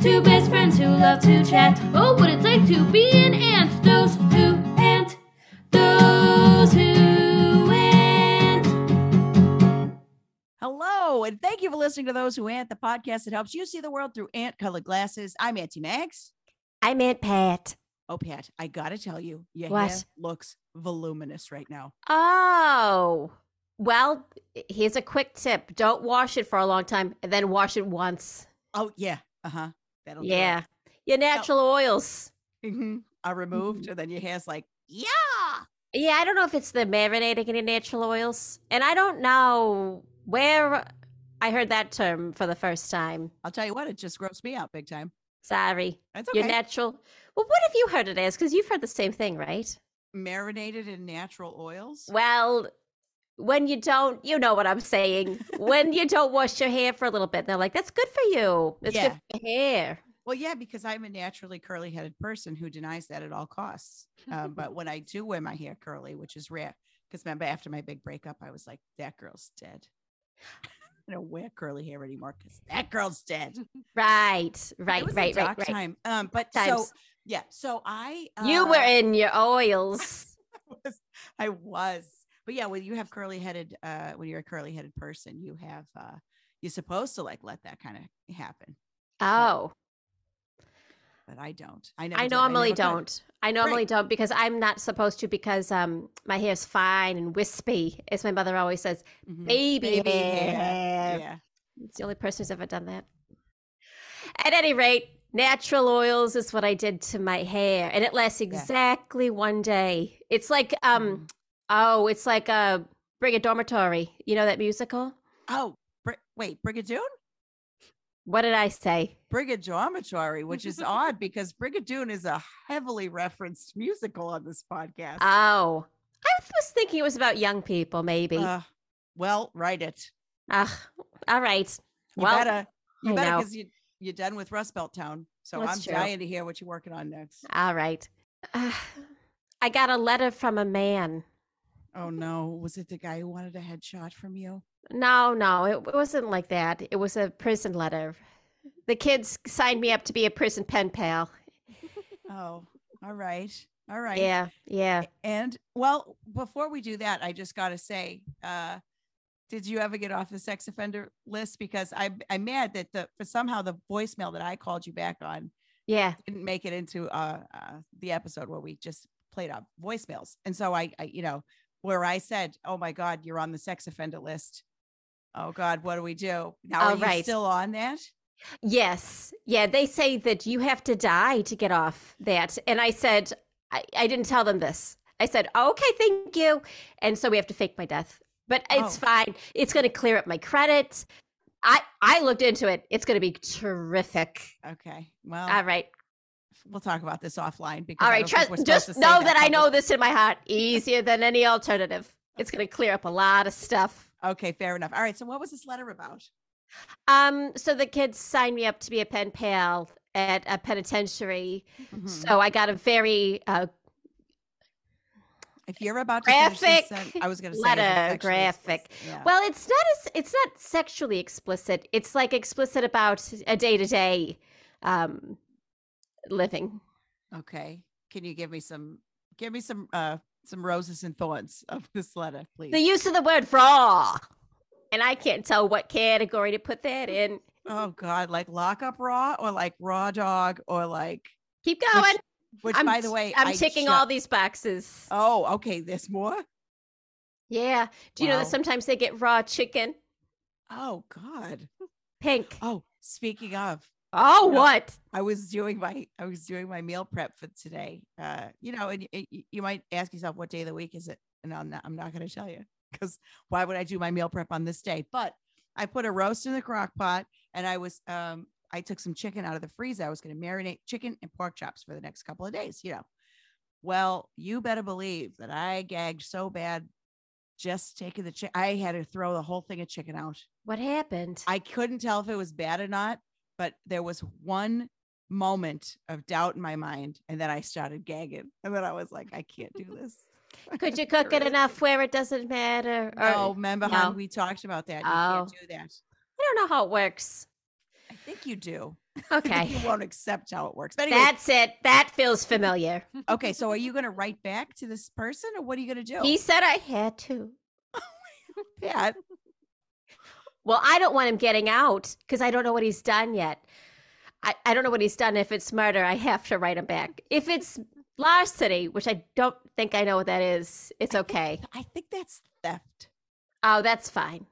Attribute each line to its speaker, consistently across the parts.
Speaker 1: Two best friends who love to chat. Oh, what it's like to be an ant. Those who ant. Those who ant.
Speaker 2: Hello, and thank you for listening to Those Who Ant, the podcast that helps you see the world through ant colored glasses. I'm Auntie Max.
Speaker 3: I meant Pat.
Speaker 2: Oh, Pat, I gotta tell you, your
Speaker 3: What?
Speaker 2: hair looks voluminous right now.
Speaker 3: Oh. Well, here's a quick tip. Don't wash it for a long time and then wash it once.
Speaker 2: Oh, yeah. Uh huh. That'll do it.
Speaker 3: yeah. Your natural oils.
Speaker 2: Mhm. Are
Speaker 3: Mm-hmm.
Speaker 2: removed, and then your hair's like, yeah.
Speaker 3: Yeah, I don't know if it's the marinating in your natural oils. And I don't know where I heard that term for the first time.
Speaker 2: I'll tell you what, it just grossed me out big time.
Speaker 3: Sorry.
Speaker 2: That's okay.
Speaker 3: Your natural. Well, what have you heard it as? Because you've heard the same thing, right?
Speaker 2: Marinated in natural oils.
Speaker 3: Well, when you don't, you know what I'm saying. when you don't wash your hair for a little bit, they're like, that's good for you. It's
Speaker 2: Yeah.
Speaker 3: good for your hair.
Speaker 2: Well, yeah, because I'm a naturally curly headed person who denies that at all costs. Um, but when I do wear my hair curly, which is rare, because remember after my big breakup, I was like, that girl's dead. I don't wear curly hair anymore because that girl's dead.
Speaker 3: Right,
Speaker 2: it
Speaker 3: Mm, right,
Speaker 2: was
Speaker 3: right,
Speaker 2: a
Speaker 3: right,
Speaker 2: dark
Speaker 3: right.
Speaker 2: time. Um, but so
Speaker 3: Times.
Speaker 2: yeah, so I
Speaker 3: you
Speaker 2: uh,
Speaker 3: were in your oils.
Speaker 2: was- I was, but yeah, when you have curly headed, uh, when you're a curly headed person, you have uh, you're supposed to like let that kind of happen,
Speaker 3: Oh,
Speaker 2: but I don't. I never
Speaker 3: I
Speaker 2: did.
Speaker 3: normally
Speaker 2: never could.
Speaker 3: don't. I normally don't because I'm not supposed to because um my hair is fine and wispy, as my mother always says.
Speaker 2: Mhm.
Speaker 3: Baby,
Speaker 2: Baby
Speaker 3: hair.
Speaker 2: hair. Yeah.
Speaker 3: It's the only person who's ever done that. At any rate, natural oils is what I did to my hair, and it lasts exactly one day. It's like um
Speaker 2: Mhm.
Speaker 3: oh, it's like a bring a dormitory. You know that musical?
Speaker 2: Oh, Bri- wait, Brigadoon?
Speaker 3: What did I say?
Speaker 2: Brigadormitory, which is odd because Brigadoon is a heavily referenced musical on this podcast.
Speaker 3: Oh, I was thinking it was about young people, maybe.
Speaker 2: Uh, well, write it.
Speaker 3: Ugh, all right.
Speaker 2: You
Speaker 3: Well,
Speaker 2: better, you
Speaker 3: I
Speaker 2: better
Speaker 3: know.
Speaker 2: because you, you're done with Rust Belt Town. So
Speaker 3: That's
Speaker 2: I'm
Speaker 3: true.
Speaker 2: dying to hear what you're working on next.
Speaker 3: All right. Uh, I got a letter from a man.
Speaker 2: Oh no, was it the guy who wanted a headshot from you?
Speaker 3: No, no, it wasn't like that. It was a prison letter. The kids signed me up to be a prison pen pal.
Speaker 2: Oh, all right. All right.
Speaker 3: Yeah, yeah.
Speaker 2: And well, before we do that, I just got to say, uh, did you ever get off the sex offender list? Because I, I'm mad that the for somehow the voicemail that I called you back on
Speaker 3: Yeah.
Speaker 2: didn't make it into uh, uh, the episode where we just played out voicemails. And so I, I, you know, where I said, "Oh my God, you're on the sex offender list." Oh God, what do we do now?
Speaker 3: Oh,
Speaker 2: are you
Speaker 3: right.
Speaker 2: still on that?
Speaker 3: Yes. Yeah. They say that you have to die to get off that. And I said, I, I didn't tell them this. I said, okay, thank you. And so we have to fake my death. But it's
Speaker 2: Oh.
Speaker 3: fine. It's going to clear up my credit. I, I looked into it. It's going to be terrific.
Speaker 2: Okay. Well,
Speaker 3: All right.
Speaker 2: we'll talk about this offline. Because
Speaker 3: Uh, All
Speaker 2: Oh, I don't
Speaker 3: right.
Speaker 2: think
Speaker 3: Trust,
Speaker 2: we're supposed
Speaker 3: just
Speaker 2: to
Speaker 3: know
Speaker 2: say
Speaker 3: that, I
Speaker 2: publicly.
Speaker 3: know this in my heart easier than any alternative. It's going to clear up a lot of stuff.
Speaker 2: Okay, fair enough. All right. So what was this letter about?
Speaker 3: Um, so the kids signed me up to be a pen pal at a penitentiary.
Speaker 2: Mhm.
Speaker 3: So I got a very uh,
Speaker 2: If you're about to finish this sen-
Speaker 3: graphic
Speaker 2: I was going to say
Speaker 3: letter,
Speaker 2: if it's actually
Speaker 3: graphic.
Speaker 2: explicit, yeah.
Speaker 3: well. It's not as it's not sexually explicit. It's like explicit about a day to day um living.
Speaker 2: okay. Can you give me some? Give me some. uh Some roses and thorns of this letter, please.
Speaker 3: The use of the word raw, and I can't tell what category to put that in.
Speaker 2: Oh God, like lock up raw or like raw dog or like
Speaker 3: Keep going.
Speaker 2: which
Speaker 3: I'm
Speaker 2: by the
Speaker 3: t-
Speaker 2: way
Speaker 3: I'm
Speaker 2: I
Speaker 3: ticking
Speaker 2: ju-
Speaker 3: all these boxes.
Speaker 2: Oh, okay. There's more?
Speaker 3: Yeah. Do you know
Speaker 2: Wow.
Speaker 3: that sometimes they get raw chicken?
Speaker 2: Oh God.
Speaker 3: Pink.
Speaker 2: Oh, speaking of,
Speaker 3: Oh,
Speaker 2: no.
Speaker 3: what?
Speaker 2: I was doing my I was doing my meal prep for today. Uh, you know, and y- y- you might ask yourself what day of the week is it? And I'm not I'm not gonna tell you because why would I do my meal prep on this day? But I put a roast in the crock pot and I was um I took some chicken out of the freezer. I was gonna marinate chicken and pork chops for the next couple of days, you know. Well, you better believe that I gagged so bad just taking the chicken. I had to throw the whole thing of chicken out.
Speaker 3: What happened?
Speaker 2: I couldn't tell if it was bad or not, but there was one moment of doubt in my mind, and then I started gagging, and then I was like, I can't do this.
Speaker 3: Could you cook it
Speaker 2: Really?
Speaker 3: enough where it doesn't matter? Or,
Speaker 2: Oh, remember how
Speaker 3: no.
Speaker 2: we talked about that? You
Speaker 3: Oh.
Speaker 2: can't do that.
Speaker 3: I don't know how it works.
Speaker 2: I think you do. I think
Speaker 3: Okay.
Speaker 2: you won't accept how it works. But anyway,
Speaker 3: That's it. That feels familiar.
Speaker 2: okay. So are you going to write back to this person, or what are you going to do?
Speaker 3: He said I had to.
Speaker 2: Pat,
Speaker 3: Well, I don't want him getting out because I don't know what he's done yet. I, I don't know what he's done. If it's murder, I have to write him back. If it's larceny, which I don't think I know what that is, it's okay.
Speaker 2: I think that's theft.
Speaker 3: Oh, that's fine.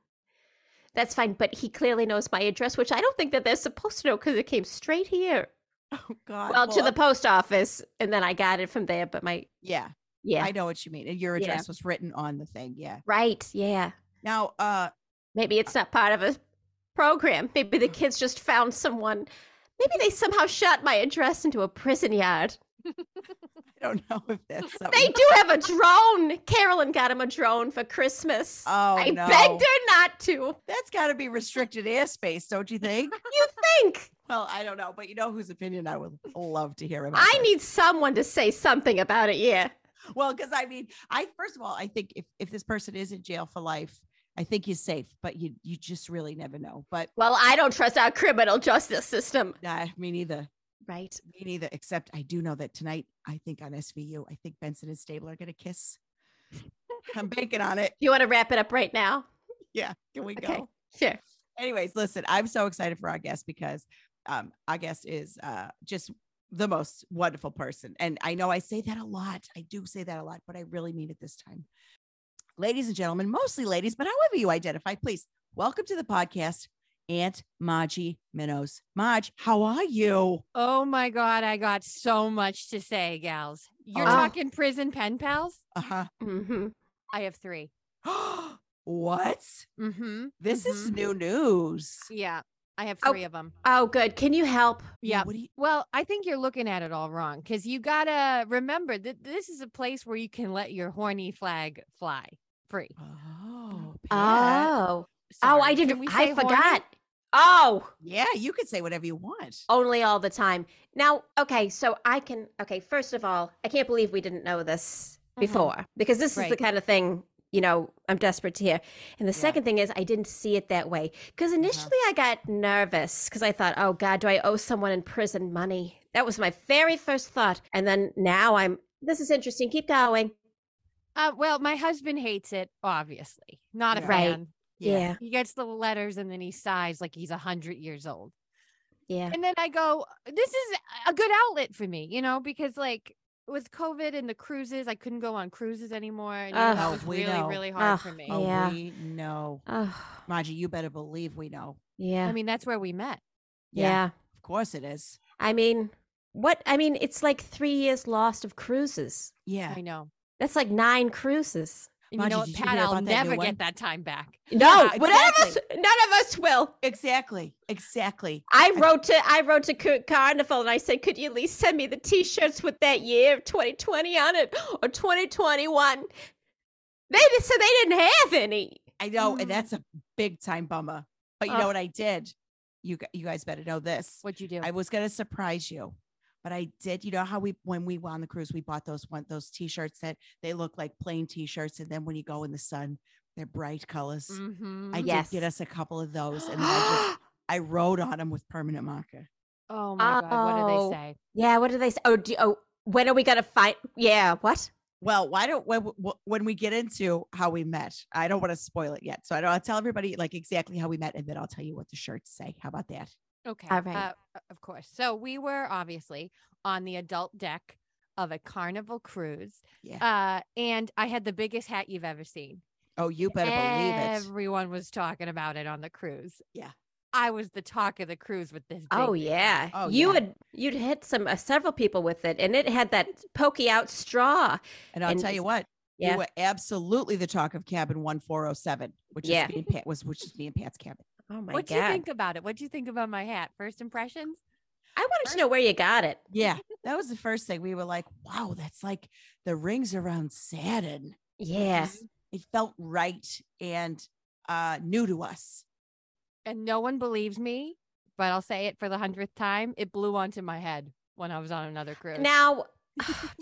Speaker 3: That's fine. But he clearly knows my address, which I don't think that they're supposed to know because it came straight here.
Speaker 2: Oh God.
Speaker 3: Well, to
Speaker 2: uh,
Speaker 3: the post office, and then I got it from there. But my
Speaker 2: yeah,
Speaker 3: yeah,
Speaker 2: I know what you mean. And Your
Speaker 3: Yeah.
Speaker 2: address was written on the thing. Yeah.
Speaker 3: right, yeah.
Speaker 2: Now, uh,
Speaker 3: Maybe it's not part of a program. Maybe the kids just found someone. Maybe they somehow shot my address into a prison yard.
Speaker 2: I don't know if that's something.
Speaker 3: They do have a drone. Carolyn got him a drone for Christmas.
Speaker 2: oh
Speaker 3: I
Speaker 2: no,
Speaker 3: begged her not to.
Speaker 2: that's got to be restricted airspace, don't you think?
Speaker 3: You think
Speaker 2: well, I don't know, but you know whose opinion I would love to hear about.
Speaker 3: I
Speaker 2: this.
Speaker 3: need someone to say something about it? Yeah.
Speaker 2: well, because I mean, I first of all, I think if if this person is in jail for life, I think he's safe, but you you just really never know. But
Speaker 3: Well, I don't trust our criminal justice system.
Speaker 2: nah, me neither.
Speaker 3: Right.
Speaker 2: Me neither. Except I do know that tonight, I think on SVU, I think Benson and Stable are gonna kiss. I'm banking on it.
Speaker 3: You want to wrap it up right now?
Speaker 2: Yeah, can we
Speaker 3: Okay.
Speaker 2: go?
Speaker 3: Sure.
Speaker 2: anyways, listen, I'm so excited for our guest because um, our guest is uh, just the most wonderful person. And I know I say that a lot. I do say that a lot, but I really mean it this time. Ladies and gentlemen, mostly ladies, but however you identify, please welcome to the podcast, Aunt Margie Minos. Marge, how are you?
Speaker 4: Oh my God, I got so much to say, gals. You're
Speaker 2: Oh.
Speaker 4: talking prison pen pals?
Speaker 2: Uh
Speaker 3: hmm
Speaker 4: I have 3
Speaker 2: huh. Uh-huh. what?
Speaker 4: Mm-hmm.
Speaker 2: This is new news.
Speaker 4: Yeah, I have
Speaker 3: Oh.
Speaker 4: three of Mm-hmm. them.
Speaker 3: Oh, good. Can you help?
Speaker 4: Yeah.
Speaker 2: What do you?
Speaker 4: Well, I think you're looking at it all wrong because you gotta remember that this is a place where you can let your horny flag fly free.
Speaker 2: Oh, Pat.
Speaker 3: Oh. Oh,
Speaker 4: Sorry,
Speaker 3: I
Speaker 4: can
Speaker 3: didn't.
Speaker 4: we
Speaker 3: I
Speaker 4: say horny?
Speaker 3: forgot. Oh,
Speaker 2: yeah. You could say whatever you want.
Speaker 3: only all the time. Now, okay. So I can. Okay. First of all, I can't believe we didn't know this
Speaker 4: Mhm.
Speaker 3: before because this is the
Speaker 4: Right.
Speaker 3: kind of thing you know I'm desperate to hear. And the
Speaker 2: Yeah.
Speaker 3: second thing is I didn't see it that way because initially I got nervous because I thought, oh God, do I owe someone in prison money? That was my very first thought. And then now I'm. This is interesting. Keep going.
Speaker 4: Uh, well, my husband hates it, obviously. Not a
Speaker 2: Yeah.
Speaker 3: Right.
Speaker 4: fan.
Speaker 3: Yeah.
Speaker 4: He gets the letters and then he sighs like he's a hundred years old.
Speaker 3: Yeah.
Speaker 4: And then I go, this is a good outlet for me, you know, because like with COVID and the cruises, I couldn't go on cruises anymore. And you know, that
Speaker 3: Ugh.
Speaker 4: was
Speaker 2: Oh, we
Speaker 4: really,
Speaker 2: know.
Speaker 4: really hard for
Speaker 3: Ugh.
Speaker 4: me.
Speaker 2: Oh,
Speaker 3: Yeah.
Speaker 2: we know.
Speaker 3: Oh.
Speaker 2: Maji, you better believe we know.
Speaker 3: Yeah.
Speaker 4: I mean, that's where we met.
Speaker 3: yeah.
Speaker 2: Of course it is.
Speaker 3: I mean, what? I mean, it's like three years lost of cruises.
Speaker 2: Yeah.
Speaker 4: I know.
Speaker 3: That's like nine cruises.
Speaker 4: And
Speaker 2: Margie,
Speaker 4: you know what,
Speaker 2: did you
Speaker 4: Pat,
Speaker 2: hear
Speaker 4: I'll
Speaker 2: about that new
Speaker 4: never
Speaker 2: one?
Speaker 4: get that time back.
Speaker 3: No,
Speaker 2: Yeah,
Speaker 3: but none of us, none of us will.
Speaker 2: Exactly. Exactly.
Speaker 3: I wrote to I wrote to Car- Carnival and I said, could you at least send me the T-shirts with that year of 2020 on it or 2021? They di- so they didn't have any.
Speaker 2: I know.
Speaker 3: Mm-hmm.
Speaker 4: Mm.
Speaker 2: And that's a big time bummer. But you know
Speaker 3: Ugh.
Speaker 2: what I did? You, gu- you guys better know this.
Speaker 4: What'd you do?
Speaker 2: I was going to surprise you, but I did. You know how we, when we were on the cruise, we bought those one, those t-shirts that they look like plain t-shirts. And then when you go in the sun, they're bright colors.
Speaker 4: Mhm.
Speaker 2: I
Speaker 3: Mm-hmm. Yes.
Speaker 2: did get us a couple of those. And then I just, I wrote on them with permanent marker.
Speaker 4: oh my God. What do
Speaker 3: Oh.
Speaker 4: they say?
Speaker 3: yeah, what did they say? Oh, do, oh, when are we gonna find? Yeah, what?
Speaker 2: Well, why don't when, when we get into how we met? I don't want to spoil it yet, so I don't. I'll tell everybody like exactly how we met, and then I'll tell you what the shirts say. How about that?
Speaker 4: Okay.
Speaker 3: All right.
Speaker 4: uh, o- of course. So we were obviously on the adult deck of a carnival cruise.
Speaker 2: Yeah.
Speaker 4: Uh, and I had the biggest hat you've ever seen.
Speaker 2: oh, you better believe it.
Speaker 4: Everyone was talking about it on the cruise.
Speaker 2: Yeah.
Speaker 4: I was the talk of the cruise with this. Big,
Speaker 3: Oh yeah,
Speaker 2: Oh,
Speaker 3: you
Speaker 2: yeah.
Speaker 3: had you'd hit some uh, several people with it, and it had that pokey out straw.
Speaker 2: And I'll
Speaker 3: And
Speaker 2: tell
Speaker 3: it's-
Speaker 2: you what.
Speaker 3: yeah.
Speaker 2: You were absolutely the talk of cabin one four zero seven, which
Speaker 3: Yeah.
Speaker 2: is me and Pat was which is me and Pat's cabin.
Speaker 3: Oh my
Speaker 4: What do
Speaker 3: god!
Speaker 4: you think about it? What do you think about my hat? First impressions?
Speaker 3: I wanted to know where you got it.
Speaker 2: Yeah, that was the first thing we were like, wow, that's like the rings around Saturn.
Speaker 3: Yeah.
Speaker 4: Mhm.
Speaker 2: It felt right and uh new to us.
Speaker 4: And no one believes me, but I'll say it for the hundredth time. It blew onto my head when I was on another cruise.
Speaker 3: Now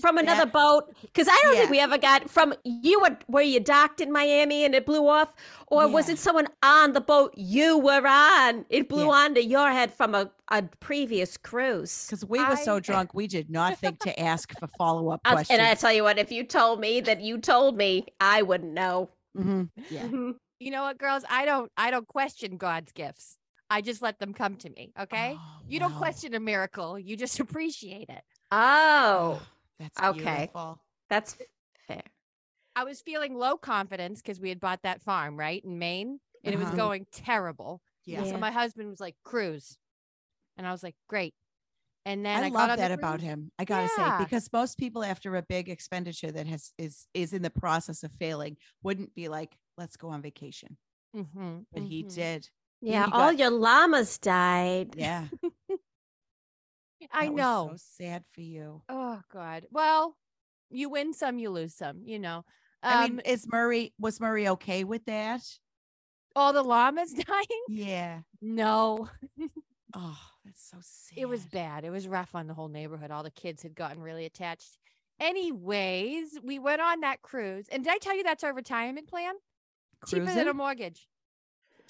Speaker 3: from another boat because I don't think we ever got from you were, were you docked in Miami and it blew off, or was
Speaker 2: Yeah.
Speaker 3: it someone on the boat you were on? It blew
Speaker 2: Yeah.
Speaker 3: onto your head from a, a previous cruise.
Speaker 2: Because we were so
Speaker 4: I-
Speaker 2: drunk, we did not think to ask for follow up
Speaker 3: I'll-
Speaker 2: questions.
Speaker 3: And I tell you what, if you told me that you told me, I wouldn't know.
Speaker 2: Mhm. Yeah.
Speaker 4: You know what, girls? I don't I don't question God's gifts. I just let them come to me. Okay.
Speaker 2: Oh,
Speaker 4: you don't
Speaker 2: wow.
Speaker 4: question a miracle. You just appreciate it.
Speaker 3: Oh,
Speaker 2: that's
Speaker 3: okay.
Speaker 2: beautiful.
Speaker 3: that's fair.
Speaker 4: I was feeling low confidence because we had bought that farm, right? In Maine. And it was
Speaker 2: Uh-huh.
Speaker 4: going terrible.
Speaker 2: Yeah.
Speaker 3: Yeah.
Speaker 4: So my husband was like, cruise. And I was like, great. And then I,
Speaker 2: I,
Speaker 4: got
Speaker 2: love
Speaker 4: on the
Speaker 2: that about
Speaker 4: cruise.
Speaker 2: him. I gotta
Speaker 4: Yeah.
Speaker 2: say, because most people after a big expenditure that has is is in the process of failing wouldn't be like, let's go on vacation.
Speaker 4: Mhm,
Speaker 2: But he
Speaker 4: mhm.
Speaker 2: did.
Speaker 3: Yeah,
Speaker 2: you
Speaker 3: all
Speaker 2: got-
Speaker 3: your llamas died.
Speaker 2: Yeah.
Speaker 4: I
Speaker 2: that was
Speaker 4: know.
Speaker 2: so sad for you.
Speaker 4: Oh God. Well, you win some, you lose some, you know. Um
Speaker 2: I mean, is Murray was Murray okay with that?
Speaker 4: all the llamas dying?
Speaker 2: Yeah.
Speaker 4: No.
Speaker 2: Oh, that's so sad.
Speaker 4: It was bad. It was rough on the whole neighborhood. All the kids had gotten really attached. Anyways, we went on that cruise. And did I tell you that's our retirement plan? Cheaper than a
Speaker 2: Cruising?
Speaker 4: mortgage.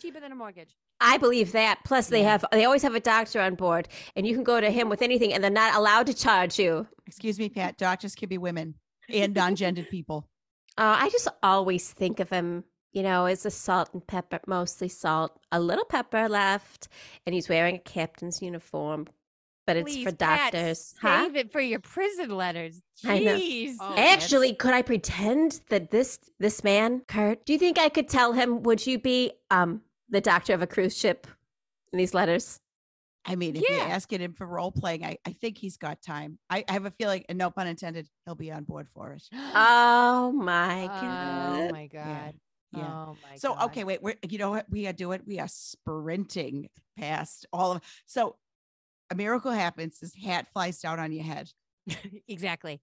Speaker 4: Cheaper than a mortgage.
Speaker 3: I believe that. Plus, they
Speaker 2: Yeah.
Speaker 3: have they always have a doctor on board, and you can go to him with anything, and they're not allowed to charge you.
Speaker 2: Excuse me, Pat. Doctors could be women and non-gendered people.
Speaker 3: Uh, I just always think of him, you know, as a salt and pepper, mostly salt, a little pepper left, and he's wearing a captain's uniform, but it's for
Speaker 4: Please, Pat,
Speaker 3: doctors. Huh?
Speaker 4: Save it for your prison letters.
Speaker 3: I know.
Speaker 4: Jeez.
Speaker 2: Oh, that's-
Speaker 3: Actually, could I pretend that this this man, Kurt? Do you think I could tell him? Would you be um the doctor of a cruise ship? In these letters,
Speaker 2: I mean, if
Speaker 4: Yeah.
Speaker 2: you're asking him for role playing, I, I think he's got time. I, I have a feeling, and no pun intended, he'll be on board for it.
Speaker 3: oh my god!
Speaker 4: oh my God.
Speaker 2: Yeah.
Speaker 4: Oh my
Speaker 2: so
Speaker 4: God.
Speaker 2: okay, wait. We're you know what we are doing? We are sprinting past all of. So a miracle happens. This hat flies down on your head,
Speaker 4: exactly.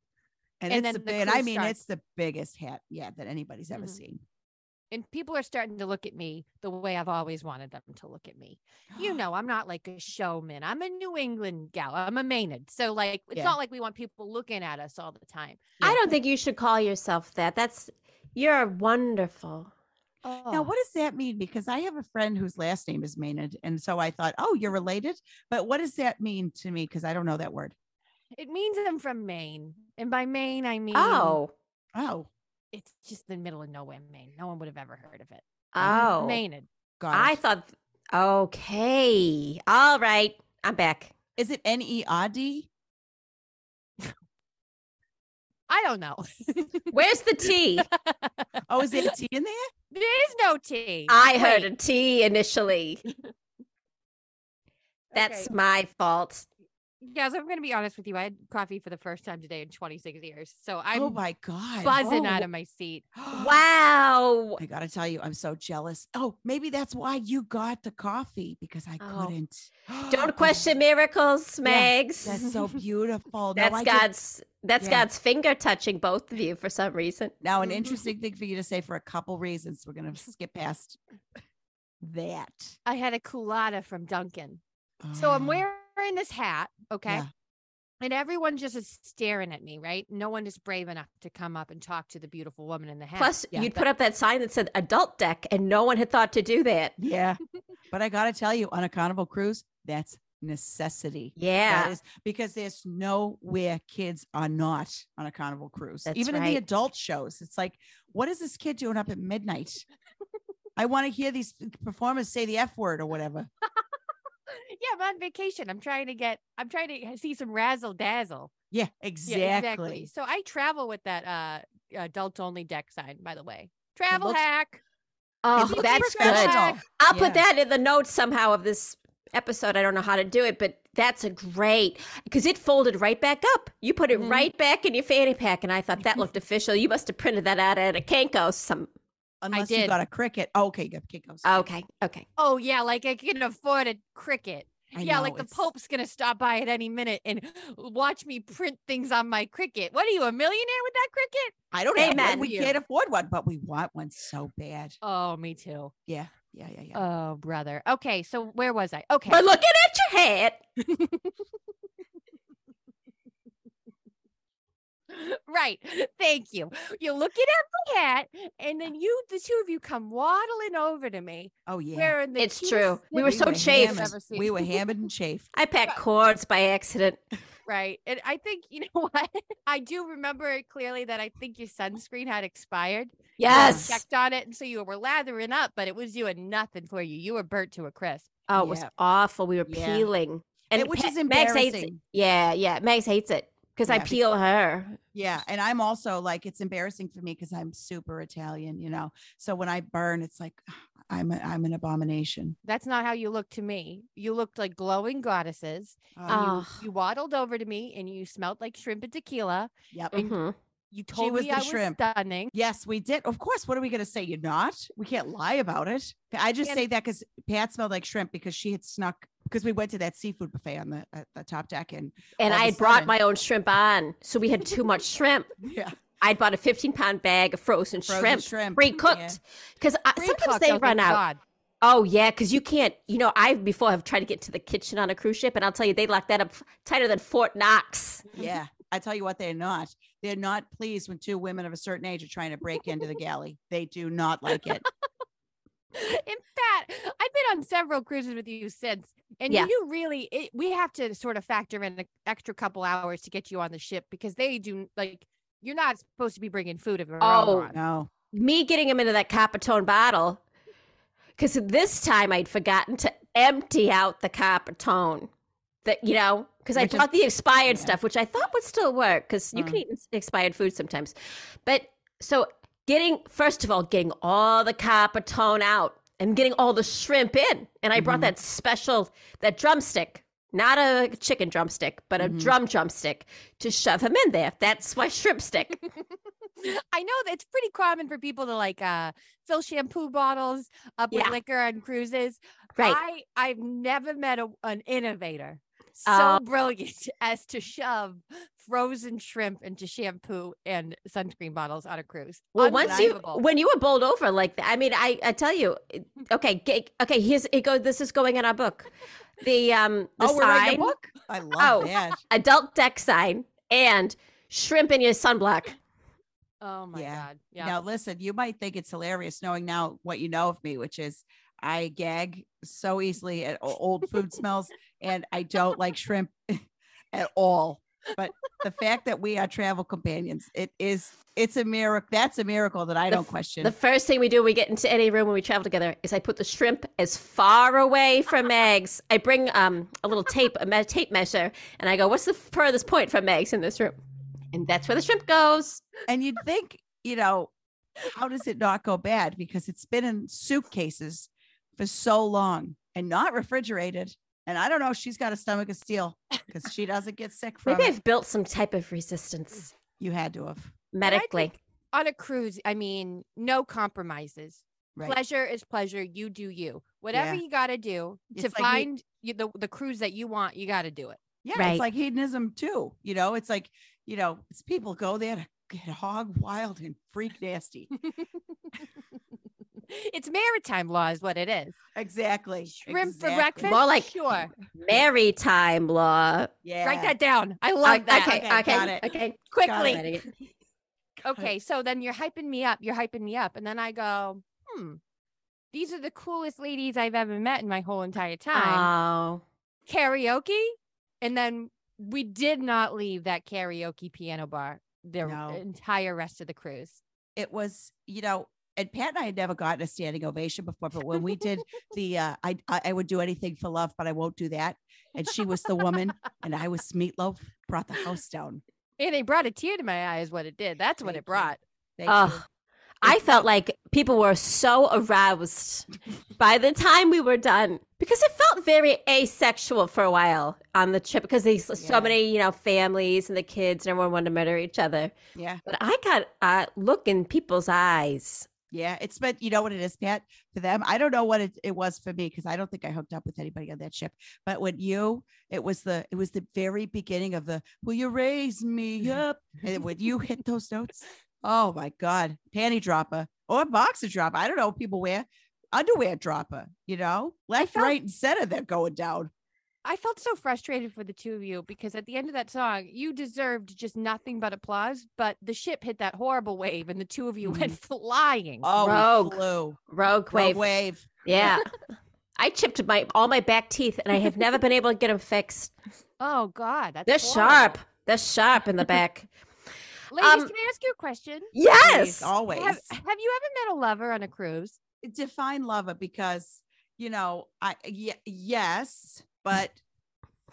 Speaker 2: and,
Speaker 4: And
Speaker 2: it's the,
Speaker 4: then the
Speaker 2: big- and I
Speaker 4: cruise
Speaker 2: mean
Speaker 4: starts.
Speaker 2: it's the biggest hat, yeah, that anybody's ever
Speaker 4: Mhm.
Speaker 2: seen.
Speaker 4: And people are starting to look at me the way I've always wanted them to look at me. You know, I'm not like a showman. I'm a New England gal. I'm a Maynard. So like it's
Speaker 2: Yeah.
Speaker 4: not like we want people looking at us all the time.
Speaker 3: I don't think you should call yourself that. That's you're wonderful.
Speaker 4: Oh.
Speaker 2: Now, what does that mean? Because I have a friend whose last name is Maynard, and so I thought, oh, you're related. But what does that mean to me? Because I don't know that word.
Speaker 4: It means I'm from Maine. And by Maine, I mean,
Speaker 3: Oh,
Speaker 2: Oh,
Speaker 4: it's just the middle of nowhere, Maine. No one would have ever heard of it.
Speaker 3: oh.
Speaker 4: Maynard.
Speaker 2: God,
Speaker 3: I thought. Okay, all right. I'm back.
Speaker 2: is it N E R D?
Speaker 4: I don't know.
Speaker 3: Where's the T?
Speaker 2: Oh, is it T in there?
Speaker 4: there is no T.
Speaker 3: I heard
Speaker 4: Wait.
Speaker 3: a T initially. That's
Speaker 4: Okay.
Speaker 3: my fault.
Speaker 4: Guys, I'm going to be honest with you. I had coffee for the first time today in 26 years. So I'm
Speaker 2: oh my God,
Speaker 4: buzzing
Speaker 2: Oh,
Speaker 4: out of my seat.
Speaker 3: Wow.
Speaker 2: I gotta tell you, I'm so jealous. Oh, maybe that's why you got the coffee because I
Speaker 3: Oh.
Speaker 2: couldn't.
Speaker 3: Don't question miracles, Megs.
Speaker 2: That's so beautiful. No,
Speaker 3: that's
Speaker 2: I didn't-
Speaker 3: God's that's
Speaker 2: Yeah.
Speaker 3: God's finger touching both of you for some reason.
Speaker 2: now an
Speaker 4: Mhm.
Speaker 2: interesting thing for you to say for a couple reasons. We're gonna skip past that.
Speaker 4: I had a culotta from Duncan. So I'm
Speaker 2: Oh,
Speaker 4: wearing this hat, okay?
Speaker 2: yeah.
Speaker 4: And everyone just is staring at me, right? No one is brave enough to come up and talk to the beautiful woman in the hat.
Speaker 3: Plus,
Speaker 2: Yeah.
Speaker 3: you'd put up that sign that said adult deck, and no one had thought to do that.
Speaker 2: Yeah, but I gotta tell you, on a carnival cruise, that's necessity. That
Speaker 3: Yeah.
Speaker 2: is because there's nowhere kids are not on a carnival cruise.
Speaker 3: That's
Speaker 2: Even in
Speaker 3: right.
Speaker 2: the adult shows, it's like, what is this kid doing up at midnight? I want to hear these performers say the F word or whatever.
Speaker 4: yeah, I'm on vacation. I'm trying to get, I'm trying to see some razzle dazzle.
Speaker 2: Yeah,
Speaker 4: Yeah,
Speaker 2: exactly.
Speaker 4: So I travel with that uh adult only deck sign, by the way. Travel
Speaker 2: looks-
Speaker 4: hack.
Speaker 3: oh,
Speaker 2: looks
Speaker 3: that's good.
Speaker 2: professional.
Speaker 3: I'll
Speaker 2: Yeah.
Speaker 3: put that in the notes somehow of this episode. I don't know how to do it, but that's a great because it folded right back up. You put it
Speaker 2: Mm-hmm.
Speaker 4: Mhm.
Speaker 3: right back in your fanny pack, and I thought that looked official. You must have printed that out at a Kanko. Some
Speaker 2: Unless you
Speaker 4: did.
Speaker 2: got a cricket. Oh, okay, you got kickos.
Speaker 3: okay, okay.
Speaker 4: Oh yeah, like I can afford a cricket.
Speaker 2: I
Speaker 4: yeah,
Speaker 2: know,
Speaker 4: like the
Speaker 2: it's-
Speaker 4: Pope's gonna stop by at any minute and watch me print things on my cricket. What are you, a millionaire with that cricket?
Speaker 2: I don't have one.
Speaker 3: Amen.
Speaker 2: We
Speaker 4: You.
Speaker 2: can't afford one, but we want one so bad.
Speaker 4: Oh, me too.
Speaker 2: Yeah, yeah, yeah,
Speaker 3: Uh,
Speaker 2: yeah.
Speaker 4: Oh, brother. Okay, so where was I? Okay.
Speaker 3: But looking at your hat,
Speaker 4: right. Thank you. You're looking at my hat, and then you, the two of you, come waddling over to me
Speaker 2: Oh yeah.
Speaker 4: wearing the.
Speaker 3: It's
Speaker 4: cutest
Speaker 3: true. We
Speaker 4: thing
Speaker 3: were so
Speaker 4: I've
Speaker 3: chafed.
Speaker 4: ever
Speaker 2: hammered.
Speaker 4: seen.
Speaker 2: We were hammered and chafed.
Speaker 3: I packed cords by accident.
Speaker 4: Right. And I think, you know what? I do remember it clearly that I think your sunscreen had expired. You hadn't
Speaker 3: Yes.
Speaker 4: Checked on it. And so you were lathering up, but it was doing nothing for you. You were burnt to a crisp.
Speaker 3: Oh, it was
Speaker 2: Yeah.
Speaker 3: awful. We were
Speaker 2: Yeah.
Speaker 3: peeling. And
Speaker 2: which
Speaker 3: Pa-
Speaker 2: is
Speaker 3: Max hates it.
Speaker 2: embarrassing.
Speaker 3: Yeah, yeah. Max hates it because I
Speaker 2: Yeah, bec-
Speaker 3: peel her.
Speaker 2: Yeah. And I'm also like, it's embarrassing for me because I'm super Italian, you know? So when I burn, it's like, I'm, a, I'm an abomination.
Speaker 4: That's not how you looked to me. You looked like glowing goddesses.
Speaker 2: Uh,
Speaker 4: and
Speaker 3: Oh,
Speaker 4: you, you waddled over to me and you smelled like shrimp and tequila.
Speaker 2: yep.
Speaker 3: mhm.
Speaker 4: You told
Speaker 2: was
Speaker 4: me
Speaker 2: the
Speaker 4: I
Speaker 2: shrimp.
Speaker 4: was stunning.
Speaker 2: Yes, we did. Of course. What are we going to say? You're not. We can't lie about it. I just
Speaker 4: And-
Speaker 2: say that because Pat smelled like shrimp because she had snuck because we went to that seafood buffet on the at the top deck and
Speaker 3: And
Speaker 2: all of
Speaker 3: I
Speaker 2: a
Speaker 3: had brought
Speaker 2: sudden-
Speaker 3: my own shrimp on. So we had too much shrimp.
Speaker 2: yeah,
Speaker 3: I bought a 15 pound bag of frozen,
Speaker 2: frozen
Speaker 3: shrimp,
Speaker 2: shrimp
Speaker 3: pre cooked. Because sometimes
Speaker 4: Pre-cooked,
Speaker 3: they
Speaker 4: oh,
Speaker 3: run
Speaker 4: thank
Speaker 3: out.
Speaker 4: God.
Speaker 3: Oh, yeah. Because you can't, you know, I before have tried to get to the kitchen on a cruise ship. And I'll tell you, they lock that up tighter than Fort Knox.
Speaker 2: Yeah. yeah, I tell you what, they're not. They're not pleased when two women of a certain age are trying to break into the galley. They do not like it.
Speaker 4: In fact, I've been on several cruises with you since, and
Speaker 3: Yeah.
Speaker 4: you really it, we have to sort of factor in an extra couple hours to get you on the ship because they do like you're not supposed to be bringing food of your
Speaker 3: Oh,
Speaker 4: own. on.
Speaker 2: No,
Speaker 3: me getting him into that Capitone bottle because this time I'd forgotten to empty out the Capitone. That you know, because I
Speaker 2: Which is-
Speaker 3: bought the expired
Speaker 2: yeah.
Speaker 3: stuff, which I thought would still work because you can
Speaker 2: Mm.
Speaker 3: eat ins- expired food sometimes. But so getting first of all, getting all the Capitone out and getting all the shrimp in, and I brought
Speaker 2: Mhm.
Speaker 3: that special that drumstick. Not a chicken drumstick, but a
Speaker 2: Mhm.
Speaker 3: drum drumstick to shove him in there. That's my shrimp stick.
Speaker 4: I know that it's pretty common for people to like uh fill shampoo bottles up
Speaker 3: Yeah.
Speaker 4: with liquor on cruises.
Speaker 3: Right.
Speaker 4: I I've never met a, an innovator so
Speaker 3: Oh.
Speaker 4: brilliant as to shove frozen shrimp into shampoo and sunscreen bottles on a cruise.
Speaker 3: Well, once you
Speaker 4: Unbelievable.
Speaker 3: when you were bowled over like that, I mean, I I tell you, it-
Speaker 2: Hmm.
Speaker 3: okay, g- okay, here's it go. This is going in our book. The um the
Speaker 2: oh, we're
Speaker 3: sign,
Speaker 2: writing a book. I love
Speaker 3: Oh.
Speaker 2: that.
Speaker 3: adult deck sign, and shrimp in your sunblock.
Speaker 4: Oh my
Speaker 2: Yeah.
Speaker 4: god. Yeah.
Speaker 2: Now, listen, you might think it's hilarious knowing now what you know of me, which is I gag so easily at o- old food smells and I don't like shrimp at all. But the fact that we are travel companions, it is, it's a miracle. That's a miracle that I
Speaker 3: The
Speaker 2: don't
Speaker 3: f-
Speaker 2: question.
Speaker 3: The first thing we do when we get into any room when we travel together is I put the shrimp as far away from Meg's. I bring um a little tape, a me- tape measure, and I go, "What's the furthest point from Meg's in this room?" And that's where the shrimp goes.
Speaker 2: and you'd think, you know, how does it not go bad? Because it's been in suitcases for so long and not refrigerated. And I don't know, she's got a stomach of steel because she doesn't get sick from
Speaker 3: Maybe
Speaker 2: it.
Speaker 3: I've built some type of resistance
Speaker 2: You had to have.
Speaker 4: I think
Speaker 3: medically.
Speaker 4: on a cruise, I mean, no compromises.
Speaker 2: Right.
Speaker 4: Pleasure is pleasure. You do you. Whatever
Speaker 2: Yeah.
Speaker 4: you got to do to
Speaker 2: It's like we-
Speaker 4: find you, the the cruise that you want, you got to do it.
Speaker 2: Yeah,
Speaker 3: Right.
Speaker 2: it's like hedonism too. You know, it's like, you know, it's people go there to get hog wild and freak nasty.
Speaker 4: It's maritime law, is what it is.
Speaker 2: exactly.
Speaker 4: Shrimp
Speaker 2: exactly.
Speaker 4: for breakfast.
Speaker 3: More like-
Speaker 4: sure.
Speaker 3: Mary time law.
Speaker 2: Yeah.
Speaker 4: Write that down. I love
Speaker 3: Okay,
Speaker 4: that.
Speaker 3: Okay,
Speaker 2: Okay,
Speaker 3: okay,
Speaker 2: got it.
Speaker 3: okay.
Speaker 4: Quickly.
Speaker 3: Got it.
Speaker 4: Okay, so then you're hyping me up. You're hyping me up, and then I go, hmm. These are the coolest ladies I've ever met in my whole entire time.
Speaker 3: Oh,
Speaker 4: karaoke and then we did not leave that karaoke piano bar the
Speaker 2: No.
Speaker 4: entire rest of the cruise
Speaker 2: It was, you know, and Pat and I had never gotten a standing ovation before, but when we did the, uh, I, I I would do anything for love, but I won't do that. And she was the woman, and I was meatloaf. Brought the house down.
Speaker 4: and it brought a tear to my eye is what it did that's what
Speaker 2: Thank you.
Speaker 4: it brought
Speaker 2: Thank
Speaker 3: Ugh. I felt like people were so aroused by the time we were done because it felt very asexual for a while on the trip because there's
Speaker 2: Yeah.
Speaker 3: so many, you know, families and the kids and everyone wanted to murder each other.
Speaker 2: you. Yeah.
Speaker 3: But I got a look in people's eyes.
Speaker 2: Yeah, it's but you know what it is, Pat, for them. I don't know what it, it was for me because I don't think I hooked up with anybody on that ship. But when you, it was the it was the very beginning of the "Will you raise me up?" and when you hit those notes, oh my god, panty dropper or boxer dropper. I don't know what people wear underwear dropper. You know, left,
Speaker 4: felt-
Speaker 2: right, and center. They're going down.
Speaker 4: I felt so frustrated for the two of you because at the end of that song, you deserved just nothing but applause. But the ship hit that horrible wave, and the two of you went flying.
Speaker 2: Mm-hmm. Oh, Rogue.
Speaker 3: Rogue.
Speaker 2: Flew. Rogue
Speaker 3: Rogue wave.
Speaker 2: wave.
Speaker 3: Yeah. I chipped my all my back teeth and I have never been able to get them fixed.
Speaker 4: Oh God, that's
Speaker 3: They're
Speaker 4: horrible.
Speaker 3: sharp. They're sharp in the back.
Speaker 4: Ladies,
Speaker 3: Um,
Speaker 4: can I ask you a question?
Speaker 3: yes.
Speaker 2: Always.
Speaker 4: Have, have you ever met a lover on a cruise?
Speaker 2: define love it because you know i y- yes but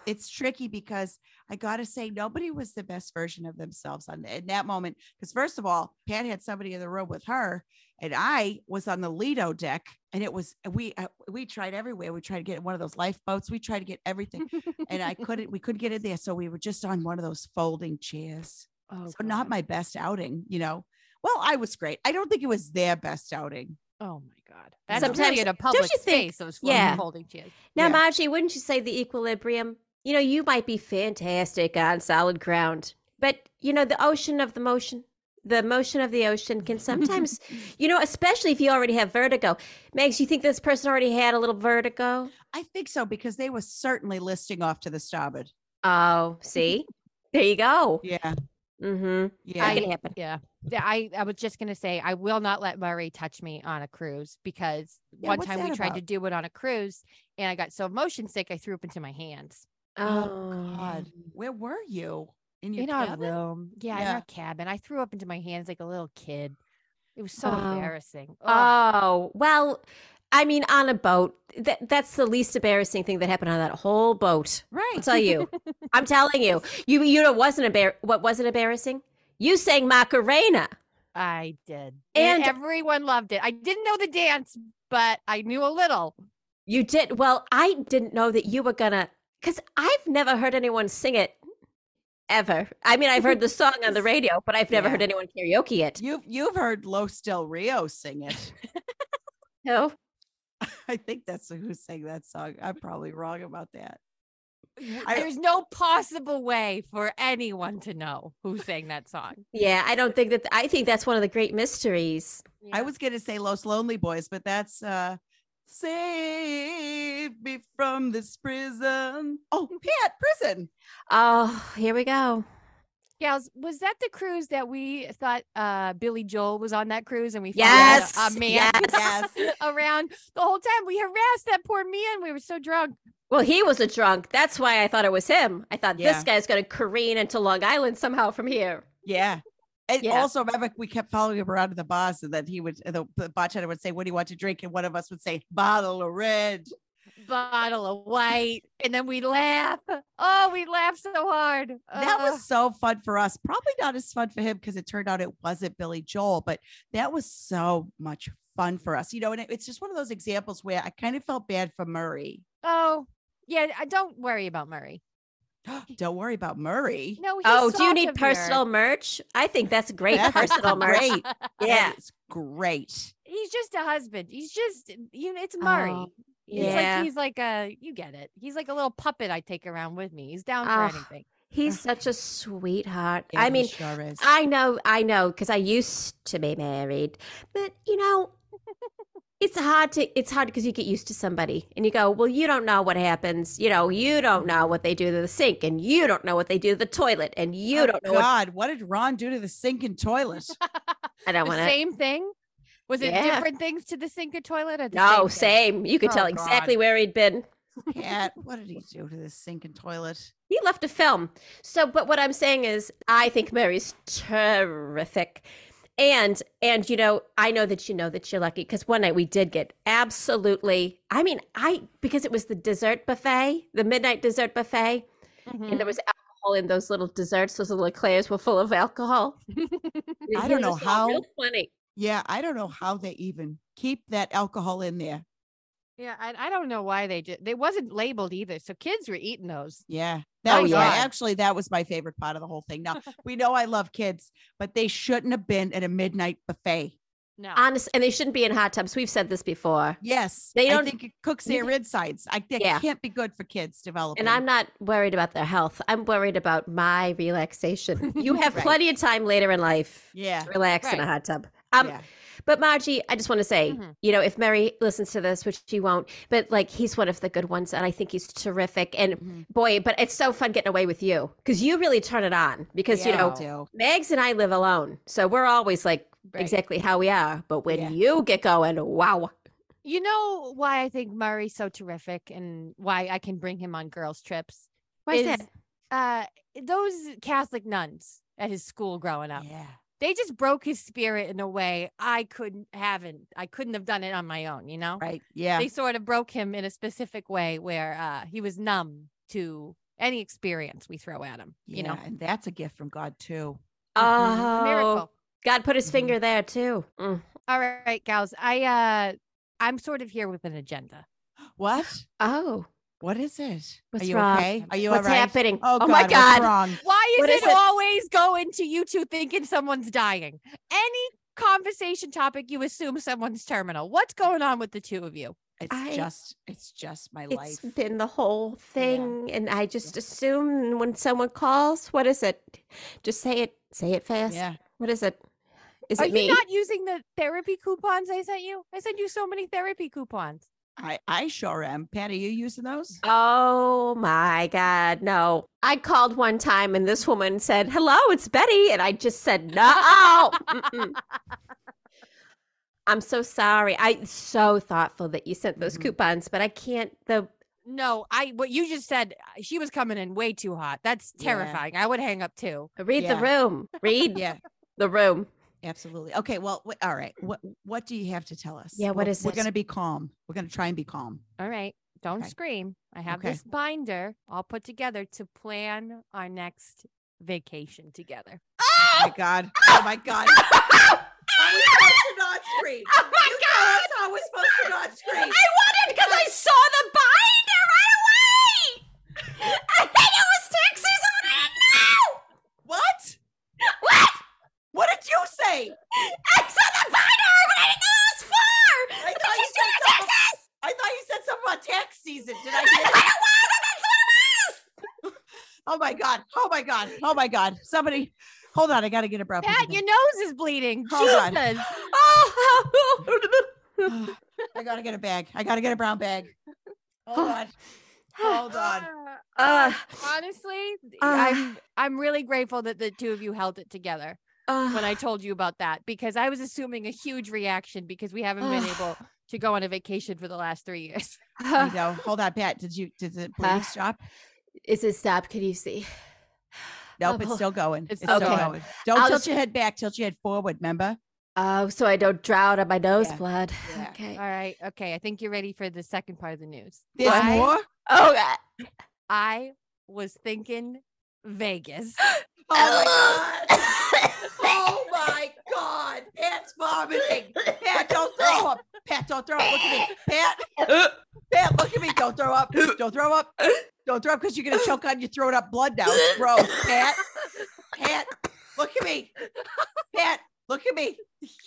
Speaker 2: it's tricky because i gotta say nobody was the best version of themselves on in that moment because first of all pat had somebody in the room with her and i was on the lido deck and it was we uh, we tried everywhere we tried to get in one of those lifeboats we tried to get everything and i couldn't we couldn't get in there so we were just on one of those folding chairs
Speaker 4: Oh,
Speaker 2: so not
Speaker 4: God.
Speaker 2: my best outing you know well i was great i don't think it was their best outing
Speaker 4: Oh my God. That's
Speaker 3: Sometimes-
Speaker 4: really in a
Speaker 3: don't
Speaker 4: public
Speaker 3: you think-
Speaker 4: space. Those floating
Speaker 3: yeah.
Speaker 4: folding chairs.
Speaker 3: Now,
Speaker 2: Yeah.
Speaker 3: Margie, wouldn't you say the equilibrium? You know, you might be fantastic on solid ground, but you know, the ocean of the motion, the motion of the ocean can sometimes, you know, especially if you already have vertigo, makes you think this person already had a little vertigo.
Speaker 2: I think so because they were certainly listing off to the starboard.
Speaker 3: Oh, see, there you go.
Speaker 2: Yeah,
Speaker 3: Mm-hmm.
Speaker 2: yeah.
Speaker 3: That
Speaker 4: I-
Speaker 3: can happen.
Speaker 4: Yeah. Th- I, I was just going to say, I will not let Murray touch me on a cruise because
Speaker 2: Yeah,
Speaker 4: one
Speaker 2: what's
Speaker 4: time we
Speaker 2: that
Speaker 4: tried to
Speaker 2: about?
Speaker 4: do it on a cruise and I got so motion sick, I threw up into my hands.
Speaker 3: Oh,
Speaker 2: God, where were you in your
Speaker 4: in our
Speaker 2: cabin?
Speaker 4: room. Yeah, in
Speaker 2: Yeah.
Speaker 4: our cabin. I threw up into my hands like a little kid. It was so
Speaker 3: Wow.
Speaker 4: embarrassing. Ugh.
Speaker 3: Oh, well, I mean, on a boat, that, that's the least embarrassing thing that happened on that whole boat.
Speaker 2: Right.
Speaker 3: I'll tell you. I'm telling you. You you know wasn't embar- what wasn't embarrassing? You sang Macarena.
Speaker 4: I did.
Speaker 3: And-
Speaker 4: And, everyone loved it. I didn't know the dance, but I knew a little.
Speaker 3: You did well, I didn't know that you were gonna cuz I've never heard anyone sing it ever. I mean, I've heard the song on the radio, but I've never
Speaker 2: Yeah.
Speaker 3: heard anyone karaoke it.
Speaker 2: You've you've heard Los Del Rio sing it.
Speaker 3: No.
Speaker 2: I think that's who sang that song. I'm probably wrong about that. I-
Speaker 4: There's no possible way for anyone to know who sang that song.
Speaker 3: Yeah, I don't think that I think that's one of the great mysteries.
Speaker 2: I
Speaker 4: Yeah.
Speaker 2: was gonna say Los Lonely Boys, but that's uh Save me from this prison. Oh, Pat, prison.
Speaker 3: Oh, here we go.
Speaker 4: Gals, was that the cruise that we thought uh Billy Joel was on that cruise and we found out
Speaker 3: Yes.
Speaker 4: a, a man
Speaker 2: Yes.
Speaker 4: around the whole time we harassed that poor man. We were so drunk.
Speaker 3: Well, he was a drunk. That's why I thought it was him. I thought
Speaker 2: Yeah.
Speaker 3: this guy's going to careen into Long Island somehow from here.
Speaker 2: Yeah. And
Speaker 3: Yeah.
Speaker 2: also remember we kept following him around to the bars and then he would the, the bartender would say, What do you want to drink? And one of us would say, bottle of red.
Speaker 4: Bottle of white. And then we laugh. Oh, we laughed so hard.
Speaker 2: That
Speaker 4: Ugh.
Speaker 2: was so fun for us. Probably not as fun for him because it turned out it wasn't Billy Joel, but that was so much fun for us. You know, and it- it's just one of those examples where I kind of felt bad for Murray.
Speaker 4: oh yeah. I don't worry about Murray.
Speaker 2: Don't worry about Murray.
Speaker 4: No, he's
Speaker 3: oh, do you
Speaker 4: soft
Speaker 3: need
Speaker 4: of your-
Speaker 3: personal merch? I think that's great
Speaker 2: That's
Speaker 3: personal merch.
Speaker 2: great.
Speaker 3: Yeah.
Speaker 2: It's great.
Speaker 4: He's just a husband. He's just you know, it's Murray.
Speaker 3: Oh,
Speaker 4: It's
Speaker 3: Yeah.
Speaker 4: like he's like a you get it. He's like a little puppet I take around with me. He's down for
Speaker 3: Ugh.
Speaker 4: anything.
Speaker 3: he's such a sweetheart.
Speaker 2: Yeah,
Speaker 3: I
Speaker 2: he
Speaker 3: mean,
Speaker 2: sure is.
Speaker 3: I know, I know, because I used to be married, but you know, it's hard to, it's hard because you get used to somebody and you go, well, you don't know what happens. You know, you don't know what they do to the sink and you don't know what they do to the toilet and you
Speaker 2: Oh,
Speaker 3: don't know what,
Speaker 2: God, what did Ron do to the sink and toilet?
Speaker 3: I don't
Speaker 4: the
Speaker 3: want to.
Speaker 4: same thing? Was it
Speaker 3: Yeah.
Speaker 4: different things to the sink or toilet? Or the
Speaker 3: No,
Speaker 4: same.
Speaker 3: same. You could
Speaker 4: Oh,
Speaker 3: tell
Speaker 4: God.
Speaker 3: exactly where he'd been.
Speaker 2: Pat, what did he do to the sink and toilet?
Speaker 3: He left a film. So, but what I'm saying is, I think Mary's terrific. And, and, you know, I know that you know that you're lucky because one night we did get absolutely, I mean, I, because it was the dessert buffet, the midnight dessert buffet,
Speaker 4: thing?
Speaker 3: and there was
Speaker 2: Mm-hmm.
Speaker 3: alcohol in those little desserts. Those little eclairs were full of alcohol.
Speaker 2: I
Speaker 3: It
Speaker 2: don't know
Speaker 3: was all
Speaker 2: how-
Speaker 3: real Funny.
Speaker 2: Yeah, I don't know how they even keep that alcohol in there.
Speaker 4: Yeah, I, I don't know why they did. They wasn't labeled either, so kids were eating those.
Speaker 2: Yeah. That
Speaker 3: Oh,
Speaker 2: was
Speaker 3: yeah.
Speaker 2: my- actually that was my favorite part of the whole thing. Now we know I love kids, but they shouldn't have been at a midnight buffet.
Speaker 4: No,
Speaker 3: Honest. And they shouldn't be in hot tubs. We've said this before.
Speaker 2: Yes.
Speaker 3: They
Speaker 2: I
Speaker 3: don't-
Speaker 2: think it cooks
Speaker 3: you
Speaker 2: their insides. I that
Speaker 3: Yeah.
Speaker 2: can't be good for kids developing.
Speaker 3: And I'm not worried about their health. I'm worried about my relaxation. You have
Speaker 2: Right.
Speaker 3: plenty of time later in life
Speaker 2: yeah.
Speaker 3: to relax in a
Speaker 4: Right.
Speaker 3: hot tub. Um,
Speaker 2: yeah. Mm-hmm.
Speaker 3: But Margie, I just want to say,
Speaker 4: Mhm.
Speaker 3: you know, if Mary listens to this, which she won't, but like he's one of the good ones, and I think he's terrific. And
Speaker 2: Mhm.
Speaker 3: boy, but it's so fun getting away with you because you really turn it on. Because you
Speaker 4: Yeah.
Speaker 3: know,
Speaker 2: do.
Speaker 3: Megs and I live alone, so we're always like
Speaker 4: Right.
Speaker 3: exactly how we are. But when
Speaker 2: Yeah.
Speaker 3: you get going, wow.
Speaker 4: You know why I think Murray's so terrific and why I can bring him on girls' trips?
Speaker 3: Why is that?
Speaker 4: Uh, those Catholic nuns at his school growing up.
Speaker 2: Yeah.
Speaker 4: They just broke his spirit in a way I couldn't haven't. I couldn't have done it on my own, you know?
Speaker 2: Right. Yeah.
Speaker 4: They sort of broke him in a specific way where uh, he was numb to any experience we throw at him, you know?
Speaker 2: Yeah, and that's a gift from God too. Mm-hmm.
Speaker 4: A
Speaker 3: Oh,
Speaker 4: Miracle.
Speaker 3: God put his
Speaker 2: Mhm.
Speaker 3: finger there too. Mm.
Speaker 4: All right, gals. I uh I'm sort of here with an agenda.
Speaker 2: What?
Speaker 3: Oh,
Speaker 2: What is it?
Speaker 3: What's
Speaker 2: Are you
Speaker 3: wrong?
Speaker 2: okay? Are you
Speaker 3: what's
Speaker 2: all right?
Speaker 3: happening?
Speaker 2: Oh, God,
Speaker 3: my
Speaker 2: What's
Speaker 3: God.
Speaker 2: wrong?
Speaker 4: Why is
Speaker 3: What
Speaker 4: it,
Speaker 3: is it?
Speaker 4: always going to you two thinking someone's dying? Any conversation topic, you assume someone's terminal. What's going on with the two of you?
Speaker 2: It's
Speaker 3: I-
Speaker 2: just, it's just my
Speaker 3: It's
Speaker 2: life.
Speaker 3: been the whole thing. And I just assume when someone calls, what is it? Just say it. Say it fast.
Speaker 2: yeah.
Speaker 3: What is it? Is
Speaker 4: Are
Speaker 3: it
Speaker 4: you
Speaker 3: me?
Speaker 4: not using the therapy coupons I sent you? I sent you so many therapy coupons.
Speaker 2: I, I sure am. Patty, you using those?
Speaker 3: Oh my God, no. I called one time and this woman said, Hello, it's Betty. And I just said, No. mm-mm." I'm so sorry. I so thoughtful that you sent those
Speaker 2: Mhm.
Speaker 3: coupons, but I can't the
Speaker 4: No, I what you just said, uh, she was coming in way too hot. That's
Speaker 2: Yeah.
Speaker 4: terrifying. I would hang up too.
Speaker 3: read
Speaker 2: Yeah.
Speaker 3: the room. Read
Speaker 2: Yeah,
Speaker 3: the room.
Speaker 2: absolutely. Okay. Well, wh- all right. What What do you have to tell us?
Speaker 3: Yeah, what
Speaker 2: We're-
Speaker 3: is
Speaker 2: We're
Speaker 3: it?
Speaker 2: gonna be calm. We're gonna try and be calm.
Speaker 4: All right. Don't
Speaker 2: Okay.
Speaker 4: scream. I have
Speaker 2: Okay.
Speaker 4: this binder all put together to plan our next vacation together.
Speaker 2: Oh my God. Oh my God. I was supposed to not scream.
Speaker 3: Oh my
Speaker 2: You tell
Speaker 3: God.
Speaker 2: us how we're supposed to not
Speaker 3: I
Speaker 2: scream.
Speaker 3: wanted because I saw the binder right away. I think it was Texas on it now.
Speaker 2: What?
Speaker 3: What?
Speaker 2: What did you say?
Speaker 3: I saw the binder, but I didn't know it was far.
Speaker 2: I
Speaker 3: But
Speaker 2: thought you
Speaker 3: she's
Speaker 2: said
Speaker 3: doing a
Speaker 2: something-
Speaker 3: Texas.
Speaker 2: I thought you said something about tax season. Did I
Speaker 3: I
Speaker 2: hear that?
Speaker 3: thought it was, and that's what it was.
Speaker 2: Oh my god! Oh my god! Oh my god! Somebody, hold on! I gotta get a breath.
Speaker 4: Pat, your nose is bleeding.
Speaker 2: Hold on.
Speaker 4: Jesus.
Speaker 3: Oh,
Speaker 2: I gotta get a bag. I gotta get a brown bag. Hold on. Hold on.
Speaker 3: Uh,
Speaker 4: Uh, honestly, th-
Speaker 3: uh,
Speaker 4: I'm I'm really grateful that the two of you held it together when I told you about that because I was assuming a huge reaction because we haven't been
Speaker 3: Uh,
Speaker 4: able to go on a vacation for the last three years.
Speaker 2: You know, hold on, Pat. Did you? Did it bleeding
Speaker 3: Huh?
Speaker 2: stop?
Speaker 3: Is it stop? Can you see?
Speaker 2: Nope, it's
Speaker 3: Oh,
Speaker 2: still going. It's
Speaker 4: It's
Speaker 2: still
Speaker 3: okay.
Speaker 2: going. Don't
Speaker 3: I'll
Speaker 2: tilt
Speaker 3: just-
Speaker 2: your head back. Tilt your head forward. Remember?
Speaker 3: Oh, so I don't drown on my nose
Speaker 2: Yeah.
Speaker 3: blood.
Speaker 2: Yeah.
Speaker 3: Okay.
Speaker 4: All right. Okay. I think you're ready for the second part of the news.
Speaker 2: There's
Speaker 4: I,
Speaker 2: more.
Speaker 3: Oh, God.
Speaker 4: I was thinking Vegas.
Speaker 2: Oh my god! Oh my god! Pat's vomiting. Pat, don't throw up. Pat, don't throw up. Look at me. Pat, Pat, look at me. Don't throw up. Don't throw up. Don't throw up because you're gonna choke on your throat up blood now. It's gross. Pat, Pat, look at me. Pat, look at me.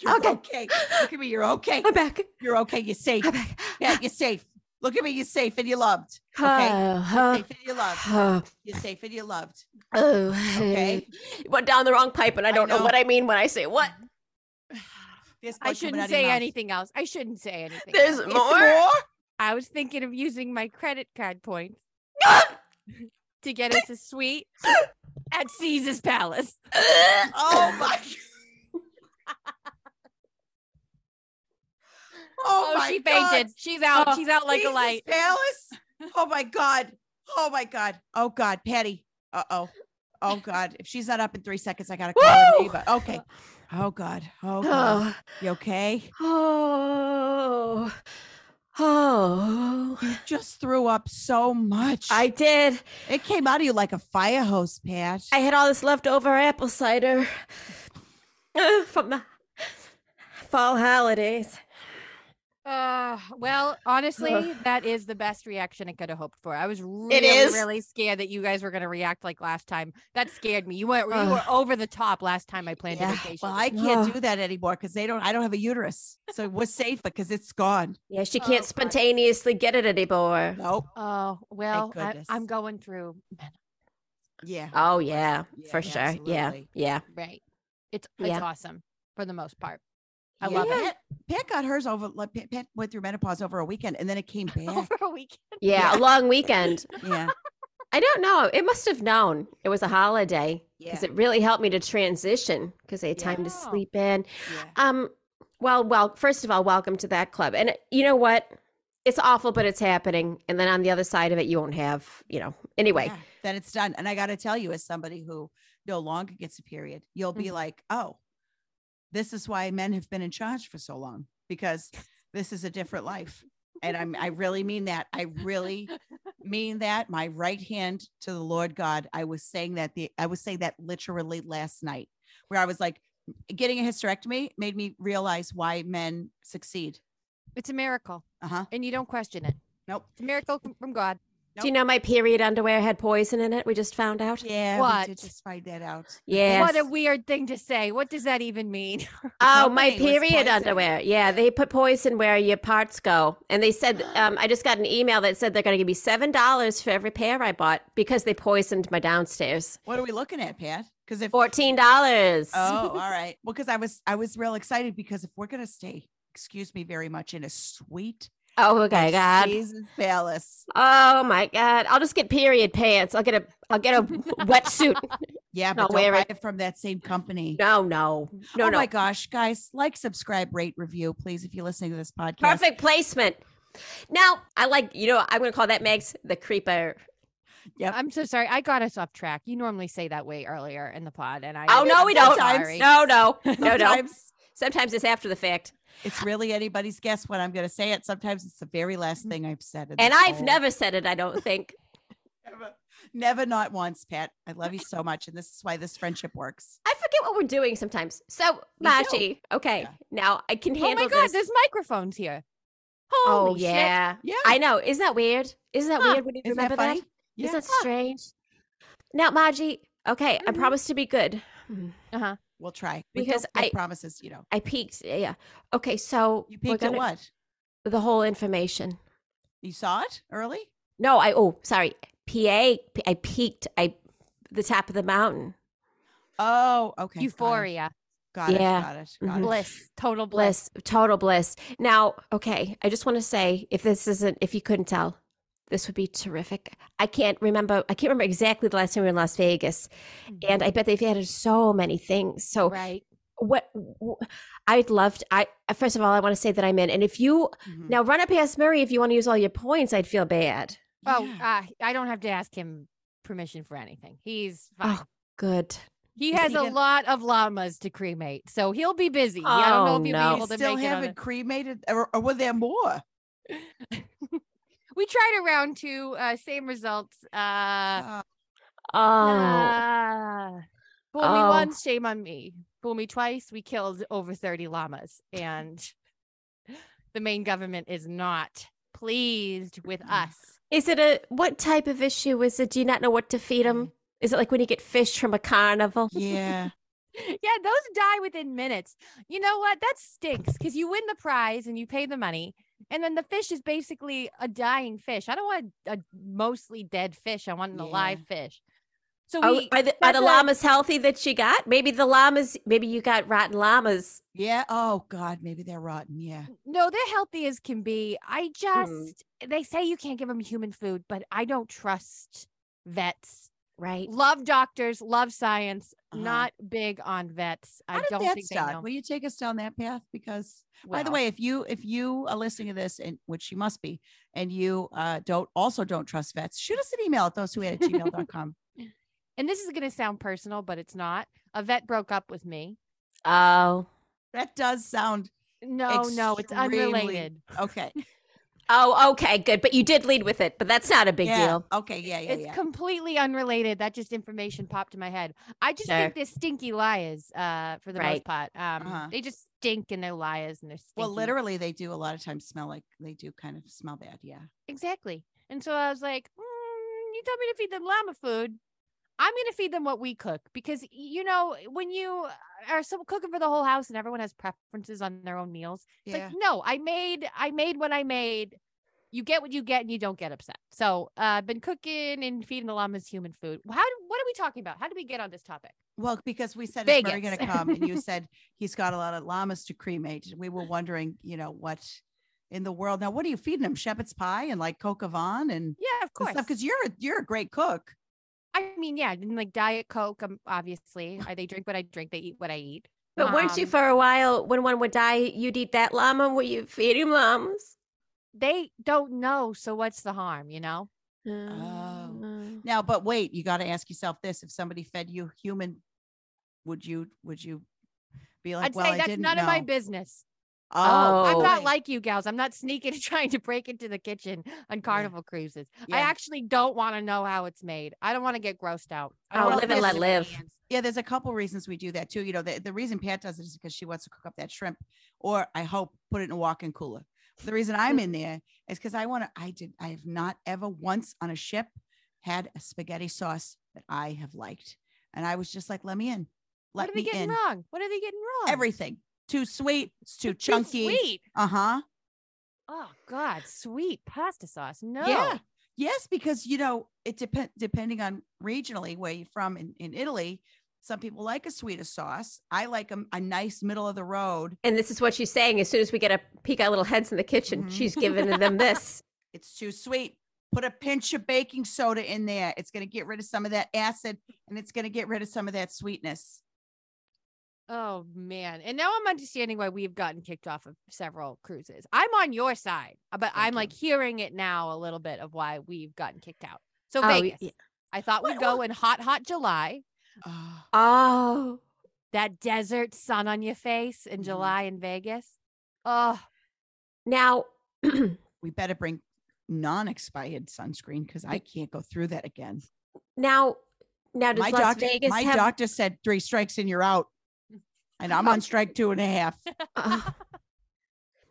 Speaker 2: You're okay.
Speaker 3: Okay.
Speaker 2: Look at me. You're okay.
Speaker 3: I'm back.
Speaker 2: You're okay. You're safe.
Speaker 3: I'm back.
Speaker 2: Pat, you're safe. Look at me. You're safe and you're loved.
Speaker 3: Oh, huh.
Speaker 2: Safe and you're loved.
Speaker 3: Oh,
Speaker 2: You're safe and you're loved.
Speaker 3: oh,
Speaker 2: Okay.
Speaker 3: You went down the wrong pipe, and I
Speaker 2: I
Speaker 3: don't know.
Speaker 2: know.
Speaker 3: what I mean when I say what.
Speaker 2: There's
Speaker 4: I
Speaker 2: more coming out
Speaker 4: shouldn't
Speaker 2: of your
Speaker 4: say
Speaker 2: mouth.
Speaker 4: anything else. I shouldn't say anything.
Speaker 3: There's
Speaker 4: else.
Speaker 2: It's
Speaker 3: more.
Speaker 4: I was thinking of using my credit card points to get us a suite at Caesar's Palace.
Speaker 2: Oh my.
Speaker 4: Oh,
Speaker 2: my
Speaker 4: she
Speaker 2: God.
Speaker 4: fainted. She's out.
Speaker 3: Oh,
Speaker 4: She's out like
Speaker 2: Jesus
Speaker 4: a light.
Speaker 2: Palace. Oh my God. Oh my God. Oh God. Patty. Uh oh. Oh God. If she's not up in three seconds, I gotta call her
Speaker 3: Woo!
Speaker 2: neighbor. Okay. Oh God. Oh God.
Speaker 3: Oh,
Speaker 2: You okay?
Speaker 3: oh, oh.
Speaker 2: You just threw up so much.
Speaker 3: I did.
Speaker 2: it came out of you like a fire hose, Pat.
Speaker 3: I had all this leftover apple cider uh, from the fall holidays.
Speaker 4: Uh, well, honestly, that is the best reaction I could have hoped for. I was really,
Speaker 3: is.
Speaker 4: really scared that you guys were going to react like last time. That scared me. You went, you were
Speaker 3: Ugh.
Speaker 4: over the top last time I planned
Speaker 3: Yeah.
Speaker 4: a vacation.
Speaker 2: well, I
Speaker 4: with
Speaker 2: can't
Speaker 3: Ugh.
Speaker 2: do that anymore because they don't. I don't have a uterus, so we're safe because it's gone.
Speaker 3: Yeah, she
Speaker 4: Oh, God.
Speaker 3: can't spontaneously get it anymore.
Speaker 2: Nope.
Speaker 4: you. Oh well, I,
Speaker 2: goodness.
Speaker 4: I'm going through. men-
Speaker 2: Yeah.
Speaker 3: Oh yeah,
Speaker 2: Yeah,
Speaker 3: for sure. Yeah,
Speaker 2: absolutely.
Speaker 3: yeah.
Speaker 4: Right, it's it's
Speaker 3: Yeah.
Speaker 4: awesome for the most part.
Speaker 2: I love
Speaker 4: Yeah.
Speaker 2: it. Pat got hers over. like, Pat Pat went through menopause over a weekend, and then it came back.
Speaker 3: Oh,
Speaker 4: over a weekend.
Speaker 3: Yeah, a long weekend.
Speaker 2: yeah,
Speaker 3: I don't know. It must have known it was a holiday
Speaker 2: yeah,
Speaker 3: because it really helped me to transition because I had time to
Speaker 4: Yeah.
Speaker 3: sleep in. Um, well, well, first of all, welcome to that club. And uh, you know what? It's awful, but it's happening. And then on the other side of it, you won't have, you know, anyway.
Speaker 2: yeah. Then it's done. And I got to tell you, as somebody who no longer gets a period, you'll be
Speaker 3: Mhm.
Speaker 2: like, oh, this is why men have been in charge for so long because this is a different life. And I'm, I really mean that. I really mean that. My right hand to the Lord God. I was saying that the, I was saying that literally last night, where I was like, getting a hysterectomy made me realize why men succeed.
Speaker 4: It's a miracle,
Speaker 2: Uh huh.
Speaker 4: and you don't question it.
Speaker 2: Nope.
Speaker 4: It's a miracle from- from God.
Speaker 3: Do you know my period underwear had poison in it? We just found out.
Speaker 2: Yeah.
Speaker 4: What?
Speaker 2: We did just find that out.
Speaker 3: Yes.
Speaker 4: What a weird thing to say. What does that even mean?
Speaker 3: Oh,
Speaker 2: company
Speaker 3: my
Speaker 2: was
Speaker 3: period
Speaker 2: poison.
Speaker 3: underwear. Yeah, they put poison where your parts go. And they said, um, I just got an email that said they're going to give me $7 for every pair I bought because they poisoned my downstairs.
Speaker 2: What are we looking at, Pat? Because if
Speaker 3: $14.
Speaker 2: Oh, all right. Well, because I was I was real excited because if we're gonna stay, excuse me very much, in a suite
Speaker 3: oh my
Speaker 2: at
Speaker 3: God.
Speaker 2: Caesar's Palace.
Speaker 3: Oh my God. I'll just get period pants. I'll get a, I'll get a wetsuit.
Speaker 2: Yeah,
Speaker 3: No,
Speaker 2: but
Speaker 3: where
Speaker 2: don't buy
Speaker 3: it-
Speaker 2: it from that same company.
Speaker 3: No, no, no,
Speaker 2: oh
Speaker 3: no.
Speaker 2: my gosh, guys, like, subscribe, rate, review, please, if you're listening to this podcast.
Speaker 3: Perfect placement. Now I like, you know, I'm going to call that Meg's the creeper.
Speaker 2: Yep.
Speaker 4: I'm so sorry. I got us off track. You normally say that way earlier in the pod, and I.
Speaker 3: Oh no, we don't.
Speaker 4: Sorry.
Speaker 3: No, no, no, no.
Speaker 2: Sometimes
Speaker 3: Sometimes it's after the fact.
Speaker 2: it's really anybody's guess when I'm gonna say it. Sometimes it's the very last thing I've said. in
Speaker 3: Mm. And
Speaker 2: this
Speaker 3: I've
Speaker 2: whole-
Speaker 3: never said it, I don't think.
Speaker 2: never, never not once, Pat. I love you so much. And this is why this friendship works.
Speaker 3: I forget what we're doing sometimes. So,
Speaker 2: Me too.
Speaker 3: Mashi, okay,
Speaker 2: Yeah.
Speaker 3: now I can
Speaker 4: Oh
Speaker 3: handle
Speaker 4: my God,
Speaker 3: this.
Speaker 4: there's microphones here.
Speaker 3: oh
Speaker 4: Holy shit.
Speaker 3: yeah,
Speaker 2: Yeah.
Speaker 3: I know. Isn't that weird? Isn't that
Speaker 4: Huh.
Speaker 3: weird? When you
Speaker 2: Isn't
Speaker 3: remember
Speaker 2: that funny?
Speaker 3: that?
Speaker 2: Yeah. Mm-hmm.
Speaker 3: not that strange? Now, Maji, okay, I
Speaker 4: Mhm.
Speaker 3: promise to be good. Hmm.
Speaker 2: We'll try. We don't
Speaker 3: Because
Speaker 2: make
Speaker 3: I-
Speaker 2: promises, you know.
Speaker 3: I peeked. Yeah. Okay, so
Speaker 2: You
Speaker 3: we're
Speaker 2: peeked at
Speaker 3: gonna-
Speaker 2: what?
Speaker 3: the whole information.
Speaker 2: You saw it early?
Speaker 3: No, I oh sorry, PA. I peaked. I the top of the mountain.
Speaker 2: Oh, okay.
Speaker 4: Euphoria,
Speaker 2: Got it.
Speaker 3: Yeah.
Speaker 2: Got it. Got
Speaker 3: Mhm.
Speaker 2: it.
Speaker 4: bliss, total bliss.
Speaker 3: bliss, total bliss. Now, okay, I just want to say if this isn't, if you couldn't tell, this would be terrific. I can't remember, I can't remember exactly the last time we were in Las Vegas, and oh, I bet they've added so many things. So,
Speaker 4: Mm. Right.
Speaker 3: what wh- I'd love to, I first of all, I want to say that I'm in, and if you
Speaker 2: Mhm.
Speaker 3: now run up past Murray, if you want to use all your points, I'd feel bad.
Speaker 4: Oh,
Speaker 2: Yeah.
Speaker 4: uh, I don't have to ask him permission for anything. He's fine.
Speaker 3: Oh, good.
Speaker 4: He
Speaker 2: Is
Speaker 4: has
Speaker 2: he
Speaker 4: a
Speaker 2: gonna-
Speaker 4: lot of llamas to cremate, so he'll be busy. I don't know
Speaker 3: Oh,
Speaker 4: if he'll
Speaker 3: no.
Speaker 4: be
Speaker 2: You
Speaker 4: able to
Speaker 2: still
Speaker 4: make it. on
Speaker 2: haven't cremated, or, or were there more?
Speaker 4: the- We tried around two, uh, same results. Uh,
Speaker 2: Uh,
Speaker 3: Oh,
Speaker 4: uh, fool me
Speaker 3: Oh.
Speaker 4: once, shame on me. Fool me twice, we killed over 30 llamas, and the Maine government is not pleased with
Speaker 2: Mm.
Speaker 4: us.
Speaker 3: is it a what type of issue is it? Do you not know what to feed them? Is it like when you get fish from a carnival?
Speaker 2: yeah.
Speaker 4: Yeah, those die within minutes. You know what? That stinks because you win the prize and you pay the money, and then the fish is basically a dying fish. I don't want a, a mostly dead fish. I want an
Speaker 2: Yeah.
Speaker 4: alive fish. So
Speaker 3: Oh,
Speaker 4: we
Speaker 3: are the, are
Speaker 4: that's
Speaker 3: the
Speaker 4: what I-
Speaker 3: llamas healthy that you got? Maybe the llamas, maybe you got rotten llamas.
Speaker 2: Yeah. Oh, God. Maybe they're rotten. Yeah.
Speaker 4: no, they're healthy as can be. I just
Speaker 2: Mm-hmm.
Speaker 3: Mm.
Speaker 4: they say you can't give them human food, but I don't trust vets.
Speaker 3: Right.
Speaker 4: Love doctors, love science.
Speaker 2: Uh-huh.
Speaker 4: Not big on vets. I
Speaker 2: How did
Speaker 4: don't
Speaker 2: that
Speaker 4: think they know.
Speaker 2: start? Will you take us down that path? Because, by the
Speaker 4: well.
Speaker 2: way, if you if you are listening to this, and which you must be, and you uh, don't also don't trust vets, shoot us an email at those who at gmail.com.
Speaker 4: and this is going to sound personal, but it's not. A vet broke up with me.
Speaker 3: Oh.
Speaker 2: that does sound
Speaker 4: No, no, it's
Speaker 2: extremely-
Speaker 4: unrelated.
Speaker 2: okay.
Speaker 3: Oh, okay, good. But you did lead with it, but that's not a big
Speaker 2: yeah.
Speaker 3: deal.
Speaker 2: Okay. Yeah. Yeah.
Speaker 4: it's
Speaker 2: yeah.
Speaker 4: completely unrelated. That just information popped in my head. I just
Speaker 3: Sure.
Speaker 4: think they're stinky liars, uh, for the
Speaker 3: Right.
Speaker 4: most part. Um,
Speaker 2: Uh-huh.
Speaker 4: they just stink and they're liars and they're stinky.
Speaker 2: Well, literally, they do a lot of times smell like they do kind of smell bad. Yeah.
Speaker 4: exactly. And so I was like, mm, you told me to feed them llama food. I'm gonna feed them what we cook because y- you know when you are so cooking for the whole house and everyone has preferences on their own meals. It's
Speaker 2: Yeah.
Speaker 4: like, no, I made I made what I made. You get what you get and you don't get upset. So uh, I've been cooking and feeding the llamas human food. How do, what are we talking about? How did we get on this topic?
Speaker 2: Well, because we said it's Murray going
Speaker 4: Bigots.
Speaker 2: to come, and you said he's got a lot of llamas to cremate. We were wondering, you know, what in the world now? What are you feeding him? Shepherd's pie and like coq au vin and
Speaker 4: Yeah,
Speaker 2: the
Speaker 4: of course.
Speaker 2: stuff. Because you're a, you're a great cook.
Speaker 4: I mean, yeah, and like Diet Coke, um, obviously. I, they drink what I drink, they eat what I eat.
Speaker 3: But weren't you
Speaker 4: Um,
Speaker 3: for a while when one would die, you'd eat that llama? Were you feeding llamas?
Speaker 4: They don't know, so what's the harm, you know?
Speaker 3: Oh.
Speaker 2: Now, but wait, you got to ask yourself this: If somebody fed you human, would you would you be like,
Speaker 4: I'd
Speaker 2: well,
Speaker 4: say
Speaker 2: I
Speaker 4: that's
Speaker 2: didn't
Speaker 4: none
Speaker 2: know.
Speaker 4: of my business.
Speaker 2: Oh,
Speaker 4: I'm
Speaker 3: Oh.
Speaker 4: not like you gals. I'm not sneaking and trying to break into the kitchen on carnival cruises. I
Speaker 2: Yeah.
Speaker 4: actually don't want to know how it's made. I don't want to get grossed out. I don't
Speaker 2: Oh,
Speaker 4: wanna
Speaker 2: live and
Speaker 4: put
Speaker 2: let
Speaker 4: it in
Speaker 3: live.
Speaker 4: hands.
Speaker 2: yeah. There's a couple reasons we do that too. You know, the, the reason Pat does it is because she wants to cook up that shrimp, or I hope put it in a walk-in cooler. The reason I'm in there is because I want to. I did. I have not ever once on a ship had a spaghetti sauce that I have liked, and I was just like, let me in. Let
Speaker 4: what are
Speaker 2: me
Speaker 4: they getting
Speaker 2: in.
Speaker 4: wrong? What are they getting wrong?
Speaker 2: Everything too sweet. It's too,
Speaker 4: Too
Speaker 2: chunky.
Speaker 4: sweet.
Speaker 2: Uh huh.
Speaker 4: Oh God, sweet pasta sauce. No.
Speaker 2: Yeah. Yes, because you know it depend depending on regionally where you're from. In, in Italy, some people like a sweeter sauce. I like a, a nice middle of the road.
Speaker 3: And this is what she's saying. As soon as we get a peek our little heads in the kitchen,
Speaker 2: Mhm.
Speaker 3: she's giving them this.
Speaker 2: It's too sweet. Put a pinch of baking soda in there. It's going to get rid of some of that acid and it's going to get rid of some of that sweetness.
Speaker 4: Oh man. And now I'm understanding why we've gotten kicked off of several cruises. I'm on your side, uh, but I'm
Speaker 2: you.
Speaker 4: like hearing it now a little bit of why we've gotten kicked out. So
Speaker 3: Oh,
Speaker 4: Vegas.
Speaker 3: yeah.
Speaker 4: I thought we'd
Speaker 2: What-
Speaker 4: go in hot, hot July.
Speaker 3: Ah.
Speaker 2: Oh,
Speaker 3: Oh.
Speaker 4: That desert sun on your face in
Speaker 2: Mhm.
Speaker 4: July in Vegas. Oh,
Speaker 3: Now,
Speaker 2: we better bring non-expired sunscreen because I can't go through that again.
Speaker 3: now, now does
Speaker 2: my
Speaker 3: Las
Speaker 2: doctor,
Speaker 3: Vegas
Speaker 2: my
Speaker 3: have?
Speaker 2: doctor said three strikes and you're out, and I'm on strike two and a half.
Speaker 3: Oh.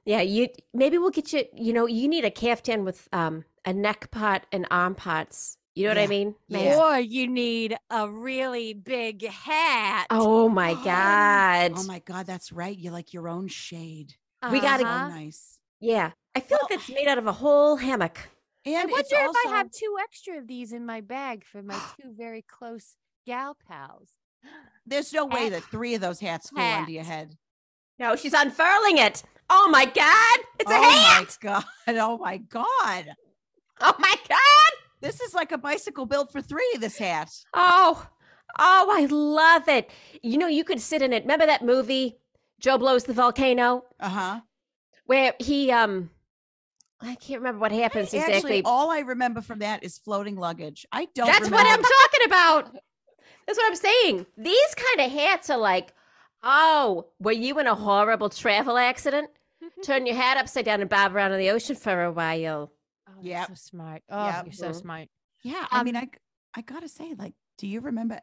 Speaker 3: yeah, you maybe we'll get you. You know, you need a caftan with um a neck pot and arm pots. You know what I
Speaker 2: Yeah.
Speaker 3: mean? Nice.
Speaker 2: Yeah.
Speaker 4: or you need a really big hat.
Speaker 3: Oh my god.
Speaker 2: Oh my god, that's right. You like your own shade.
Speaker 3: we gotta-
Speaker 2: So
Speaker 4: Uh-huh.
Speaker 2: nice.
Speaker 3: Yeah, I feel like that's made out of a whole hammock.
Speaker 4: I
Speaker 2: And
Speaker 4: wonder
Speaker 2: it's
Speaker 4: if I have
Speaker 2: also-
Speaker 4: two extra of these in my bag for my two very close gal pals.
Speaker 2: There's no way
Speaker 4: hat.
Speaker 2: that three of those hats flew onto your head.
Speaker 3: No, she's unfurling it. Oh my god, it's a
Speaker 2: oh
Speaker 3: hat.
Speaker 2: my god! Oh my god!
Speaker 3: Oh my god.
Speaker 2: This is like a bicycle built for three. This hat.
Speaker 3: Oh, oh, I love it. You know, you could sit in it. Remember that movie, Joe Blows the Volcano,
Speaker 2: Uh huh.
Speaker 3: where he um, I can't remember what happens exactly.
Speaker 2: Actually, all I remember from that is floating luggage. I don't.
Speaker 3: That's what I'm
Speaker 2: remember-
Speaker 3: talking about. That's what I'm saying. These kind of hats are like, oh, were you in a horrible travel accident? Turn your hat upside down and bob around in the ocean for a while.
Speaker 4: Oh,
Speaker 2: Yep.
Speaker 4: you're so smart. Oh,
Speaker 2: Yep. Mm-hmm.
Speaker 4: you're so
Speaker 3: Mhm.
Speaker 4: smart.
Speaker 2: Yeah, I mean,
Speaker 4: Um,
Speaker 2: I I gotta say, like, do you remember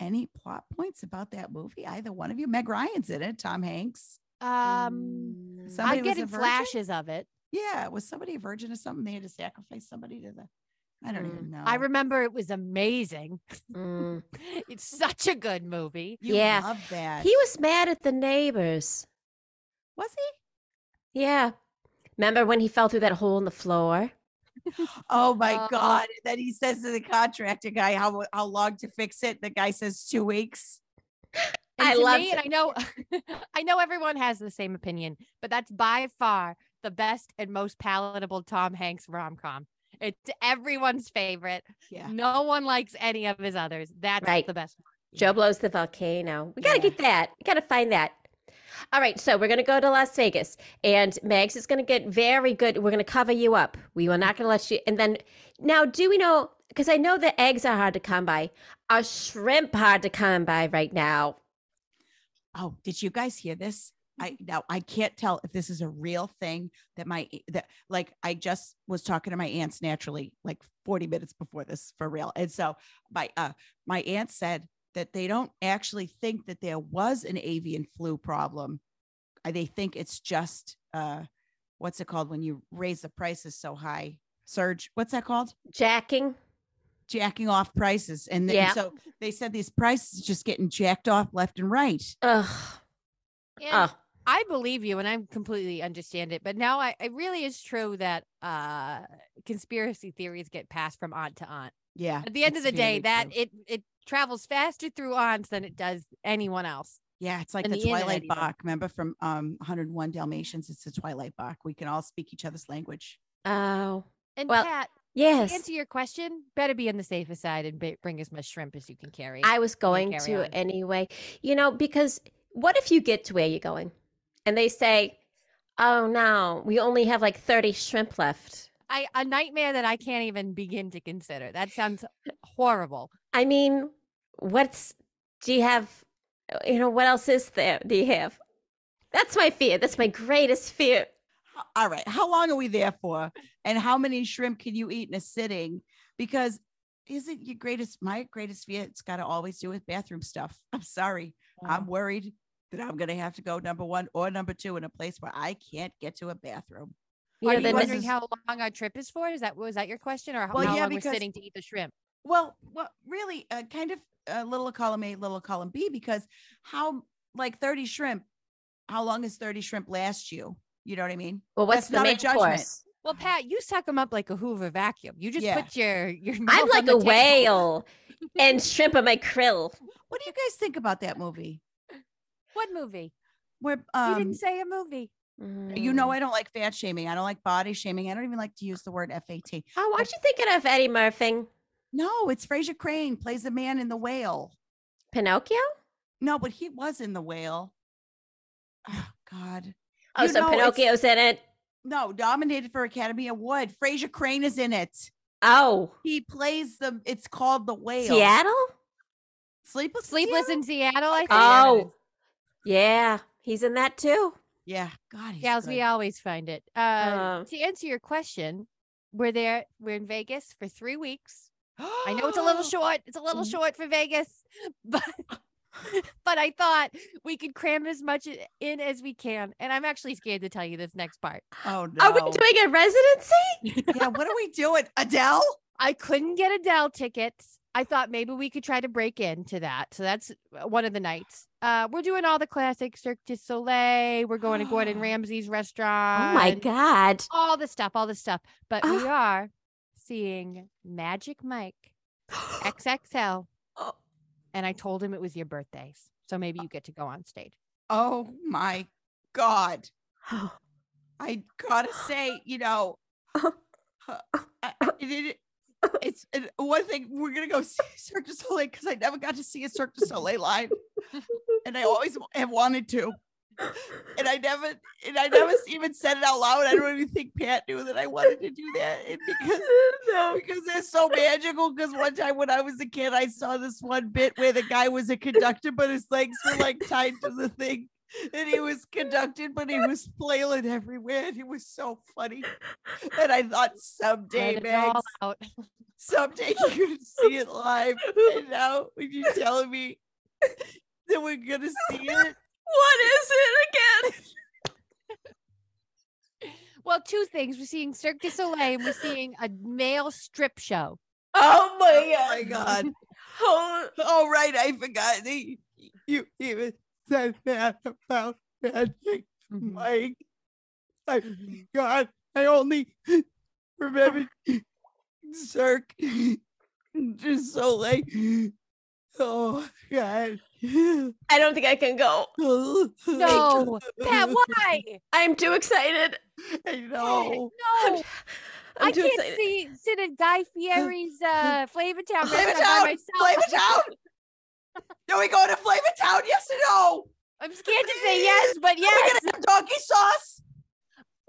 Speaker 2: any plot points about that movie? Either one of you. Meg Ryan's in it. Tom Hanks.
Speaker 4: Um,
Speaker 2: Somebody was
Speaker 4: I'm
Speaker 2: a virgin?
Speaker 4: getting flashes of it.
Speaker 2: Yeah, was somebody a virgin or something? They had to sacrifice somebody to the. I don't
Speaker 3: Mm.
Speaker 2: even know.
Speaker 4: I remember it was amazing.
Speaker 3: Mm.
Speaker 4: It's such a good movie.
Speaker 2: You
Speaker 3: Yeah.
Speaker 2: love that.
Speaker 3: He was mad at the neighbors.
Speaker 2: was
Speaker 3: Yeah. Remember when he fell through that hole in the floor?
Speaker 2: he? Oh my
Speaker 4: Oh.
Speaker 2: god! And then he says to the contractor guy, "How how long to fix it?" The guy says, two weeks."
Speaker 4: And
Speaker 3: I
Speaker 4: to
Speaker 3: loved
Speaker 4: me, and I know I know everyone has the same opinion, but that's by far the best and most palatable Tom Hanks rom-com. It's everyone's favorite.
Speaker 2: Yeah.
Speaker 4: No one likes any of his others. That's
Speaker 3: Right.
Speaker 4: the best one.
Speaker 3: Joe blows the volcano. We got to
Speaker 2: Yeah.
Speaker 3: get that. We got to find that. All right, so we're going to go to Las Vegas and Megs is going to get very good. We're going to cover you up. We are not going to let you. And then now, do we know? Because I know the eggs are hard to come by. Are shrimp hard to come by right now?
Speaker 2: Oh, did you guys hear this? I now I can't tell if this is a real thing that my that like I just was talking to my aunts naturally like 40 minutes before this for real. And so my uh my aunt said that they don't actually think that there was an avian flu problem. Uh, They think it's just uh what's it called when you raise the prices so high? Surge. What's that called?
Speaker 3: Jacking?
Speaker 2: Jacking off prices. And then,
Speaker 3: Yeah.
Speaker 2: so they said these prices just getting jacked off left and right.
Speaker 3: Ugh. Oh.
Speaker 4: And
Speaker 3: Ugh.
Speaker 4: I believe you and I completely understand it, but now I, it really is true that uh conspiracy theories get passed from aunt to aunt.
Speaker 2: Yeah.
Speaker 4: At the end of
Speaker 2: it's
Speaker 4: the
Speaker 2: very
Speaker 4: day, that
Speaker 2: true.
Speaker 4: it it travels faster through aunts than it does anyone else.
Speaker 2: yeah, it's like
Speaker 3: and
Speaker 2: the,
Speaker 3: the internet
Speaker 2: Twilight
Speaker 3: even.
Speaker 2: Bach. Remember from um 101 Dalmatians? It's the Twilight Bach. We can all speak each other's language.
Speaker 3: Oh,
Speaker 4: And
Speaker 3: Well,
Speaker 4: Pat, to
Speaker 3: yes.
Speaker 4: answer your question, better be on the safer side and ba- bring as much shrimp as you can carry.
Speaker 3: I was going
Speaker 4: carry
Speaker 3: to
Speaker 4: on.
Speaker 3: anyway. You know, because what if you get to where you're going and they say, oh no, we only have like 30 shrimp left?
Speaker 4: I a nightmare that I can't even begin to consider. That sounds horrible.
Speaker 3: I mean, what's, do you have, uh, you know, what else is there? Do you have? That's my fear. That's my greatest fear.
Speaker 2: H- All right. How long are we there for? And how many shrimp can you eat in a sitting? Because isn't your greatest my greatest fear? It's got to always do with bathroom stuff. I'm sorry. I'm
Speaker 4: Mm.
Speaker 2: worried that I'm gonna have to go number one or number two in a place where I can't get to a bathroom.
Speaker 3: You
Speaker 4: Are
Speaker 3: know,
Speaker 4: you
Speaker 3: the
Speaker 2: miss-
Speaker 4: wondering how long our trip is for? Is that was that your question, or how,
Speaker 2: Well,
Speaker 4: how
Speaker 2: yeah,
Speaker 4: long
Speaker 2: because-
Speaker 4: we're sitting to eat the shrimp?
Speaker 2: Well, well, really, uh, kind of a little column A, little column B, because how like 30 shrimp, how long is 30 shrimp last you? You know what I mean?
Speaker 3: well,
Speaker 2: that's
Speaker 3: what's the
Speaker 2: not a
Speaker 3: main
Speaker 2: judgment.
Speaker 3: course?
Speaker 4: Well, Pat, you suck them up like a Hoover vacuum. You just
Speaker 2: Yeah.
Speaker 4: put your your. mouth
Speaker 3: I'm
Speaker 4: on
Speaker 3: like
Speaker 4: the
Speaker 3: a
Speaker 4: table.
Speaker 3: whale and shrimp are my krill.
Speaker 2: What do you guys think about that movie?
Speaker 4: What movie?
Speaker 2: Where
Speaker 4: you
Speaker 2: um,
Speaker 4: didn't say a movie.
Speaker 2: you
Speaker 3: Mm.
Speaker 2: know, I don't like fat shaming. I don't like body shaming. I don't even like to use the word FAT.
Speaker 3: Oh, aren't you thinking of Eddie Murphy?
Speaker 2: No, it's Fraser Crane plays the man in the whale.
Speaker 3: Pinocchio?
Speaker 2: No, but he was in the whale. Oh God.
Speaker 3: Oh,
Speaker 2: You
Speaker 3: so
Speaker 2: know, it's-
Speaker 3: Pinocchio's in it.
Speaker 2: No, nominated for Academy Award. Fraser Crane is in it.
Speaker 3: Oh,
Speaker 2: He plays the it's called the whale.
Speaker 3: Seattle?
Speaker 2: Sleepless in
Speaker 4: Sleepless
Speaker 2: Seattle?
Speaker 4: in Seattle. I think.
Speaker 3: Oh, yeah. He's in that too.
Speaker 2: Yeah, God, he's
Speaker 4: gals, we
Speaker 2: good.
Speaker 4: always find it. Uh,
Speaker 3: Um,
Speaker 4: to answer your question, we're there. We're in Vegas for three weeks. I know it's a
Speaker 2: Oh.
Speaker 4: little short. It's a little
Speaker 2: Mhm.
Speaker 4: short for Vegas, but but I thought we could cram as much i- in as we can. And I'm actually scared to tell you this next part.
Speaker 2: Oh no!
Speaker 3: Are we doing a residency?
Speaker 2: yeah, what are we doing, Adele?
Speaker 4: I couldn't get Adele tickets. I thought maybe we could try to break into that. So that's one of the nights. Uh, we're doing all the classic Cirque du Soleil. We're going to Gordon Ramsay's restaurant.
Speaker 3: oh my God.
Speaker 4: All the stuff, all the stuff. But we
Speaker 3: Ah.
Speaker 4: are seeing Magic Mike XXL.
Speaker 3: Oh.
Speaker 4: And I told him it was your birthdays. So maybe you get to go on stage.
Speaker 2: Oh my God!
Speaker 3: Oh,
Speaker 2: I gotta say, you know, uh, I- I- it- it- it's it- one thing we're gonna go see Cirque du Soleil because I never got to see a Cirque du Soleil live, and I always w- have wanted to. And I never, and I never even said it out loud. I don't even think Pat knew that I wanted to do that, and because
Speaker 3: no.
Speaker 2: because they're so magical. Because one time when I was a kid, I saw this one bit where the guy was a conductor, but his legs were like tied to the thing, and he was conducted, but he was flailing everywhere. And it was so funny. And I thought
Speaker 4: Let
Speaker 2: someday,
Speaker 4: it all
Speaker 2: Max,
Speaker 4: out.
Speaker 2: someday you're gonna see it live. And now when you're telling me that we're gonna see it,
Speaker 3: What is it again?
Speaker 4: Well, two things. We're seeing Cirque du Soleil and we're seeing a male strip show.
Speaker 3: Oh
Speaker 2: oh my god.
Speaker 3: Oh,
Speaker 2: Oh right, I forgot. You, you even said that about Magic Mike. I, God, I only remember Cirque just so like, oh God.
Speaker 3: I don't think I can go.
Speaker 4: No, Pat, why?
Speaker 3: I'm too excited.
Speaker 2: I know.
Speaker 4: No,
Speaker 3: I'm, I'm
Speaker 4: I
Speaker 3: too
Speaker 4: can't
Speaker 3: excited.
Speaker 4: see sit in Guy Fieri's uh, Flavor Town
Speaker 2: Flavor
Speaker 4: restaurant by
Speaker 2: Town,
Speaker 4: myself.
Speaker 2: Flavor Town. Are we going to Flavor Town? Yes or no?
Speaker 4: I'm scared to say yes,
Speaker 3: Oh
Speaker 4: but
Speaker 2: Are we
Speaker 4: yes,
Speaker 2: gonna have donkey sauce?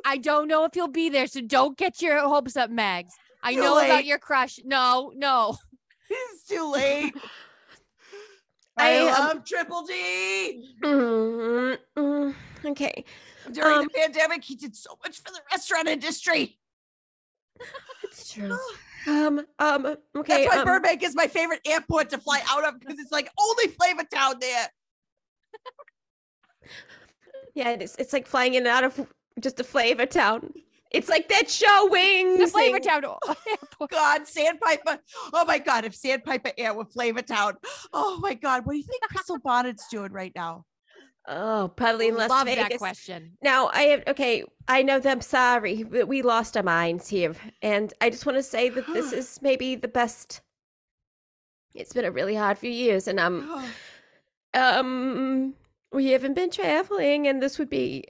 Speaker 4: I don't know if you'll be there, so don't get your hopes up, Mags. I
Speaker 2: Too
Speaker 4: know
Speaker 2: late.
Speaker 4: about your crush. No, no.
Speaker 2: It's too late.
Speaker 3: I um,
Speaker 2: I,
Speaker 3: am-
Speaker 2: love Triple D.
Speaker 3: Mm, mm, okay.
Speaker 2: During
Speaker 3: Um,
Speaker 2: the pandemic, he did so much for the restaurant industry.
Speaker 3: It's true. Um, um, okay.
Speaker 2: That's why
Speaker 3: um,
Speaker 2: Burbank is my favorite airport to fly out of because it's like only Flavor Town there.
Speaker 3: Yeah, it's it's like flying in and out of just a flavor town. It's like that show
Speaker 4: The
Speaker 3: wings.
Speaker 4: Flavor
Speaker 3: thing.
Speaker 4: Town.
Speaker 2: God, Sandpiper. Oh my God, if Sandpiper Air were Flavor Town. Oh my God, what do you think Crystal Bonnet's doing right now?
Speaker 3: Oh, probably in Las
Speaker 4: Love that
Speaker 3: Vegas.
Speaker 4: question.
Speaker 3: Now I have okay. I know that I'm sorry, but we lost our minds here, and I just want to say that this is maybe the best It's been a really hard few years, and um, um, we haven't been traveling, and this would be.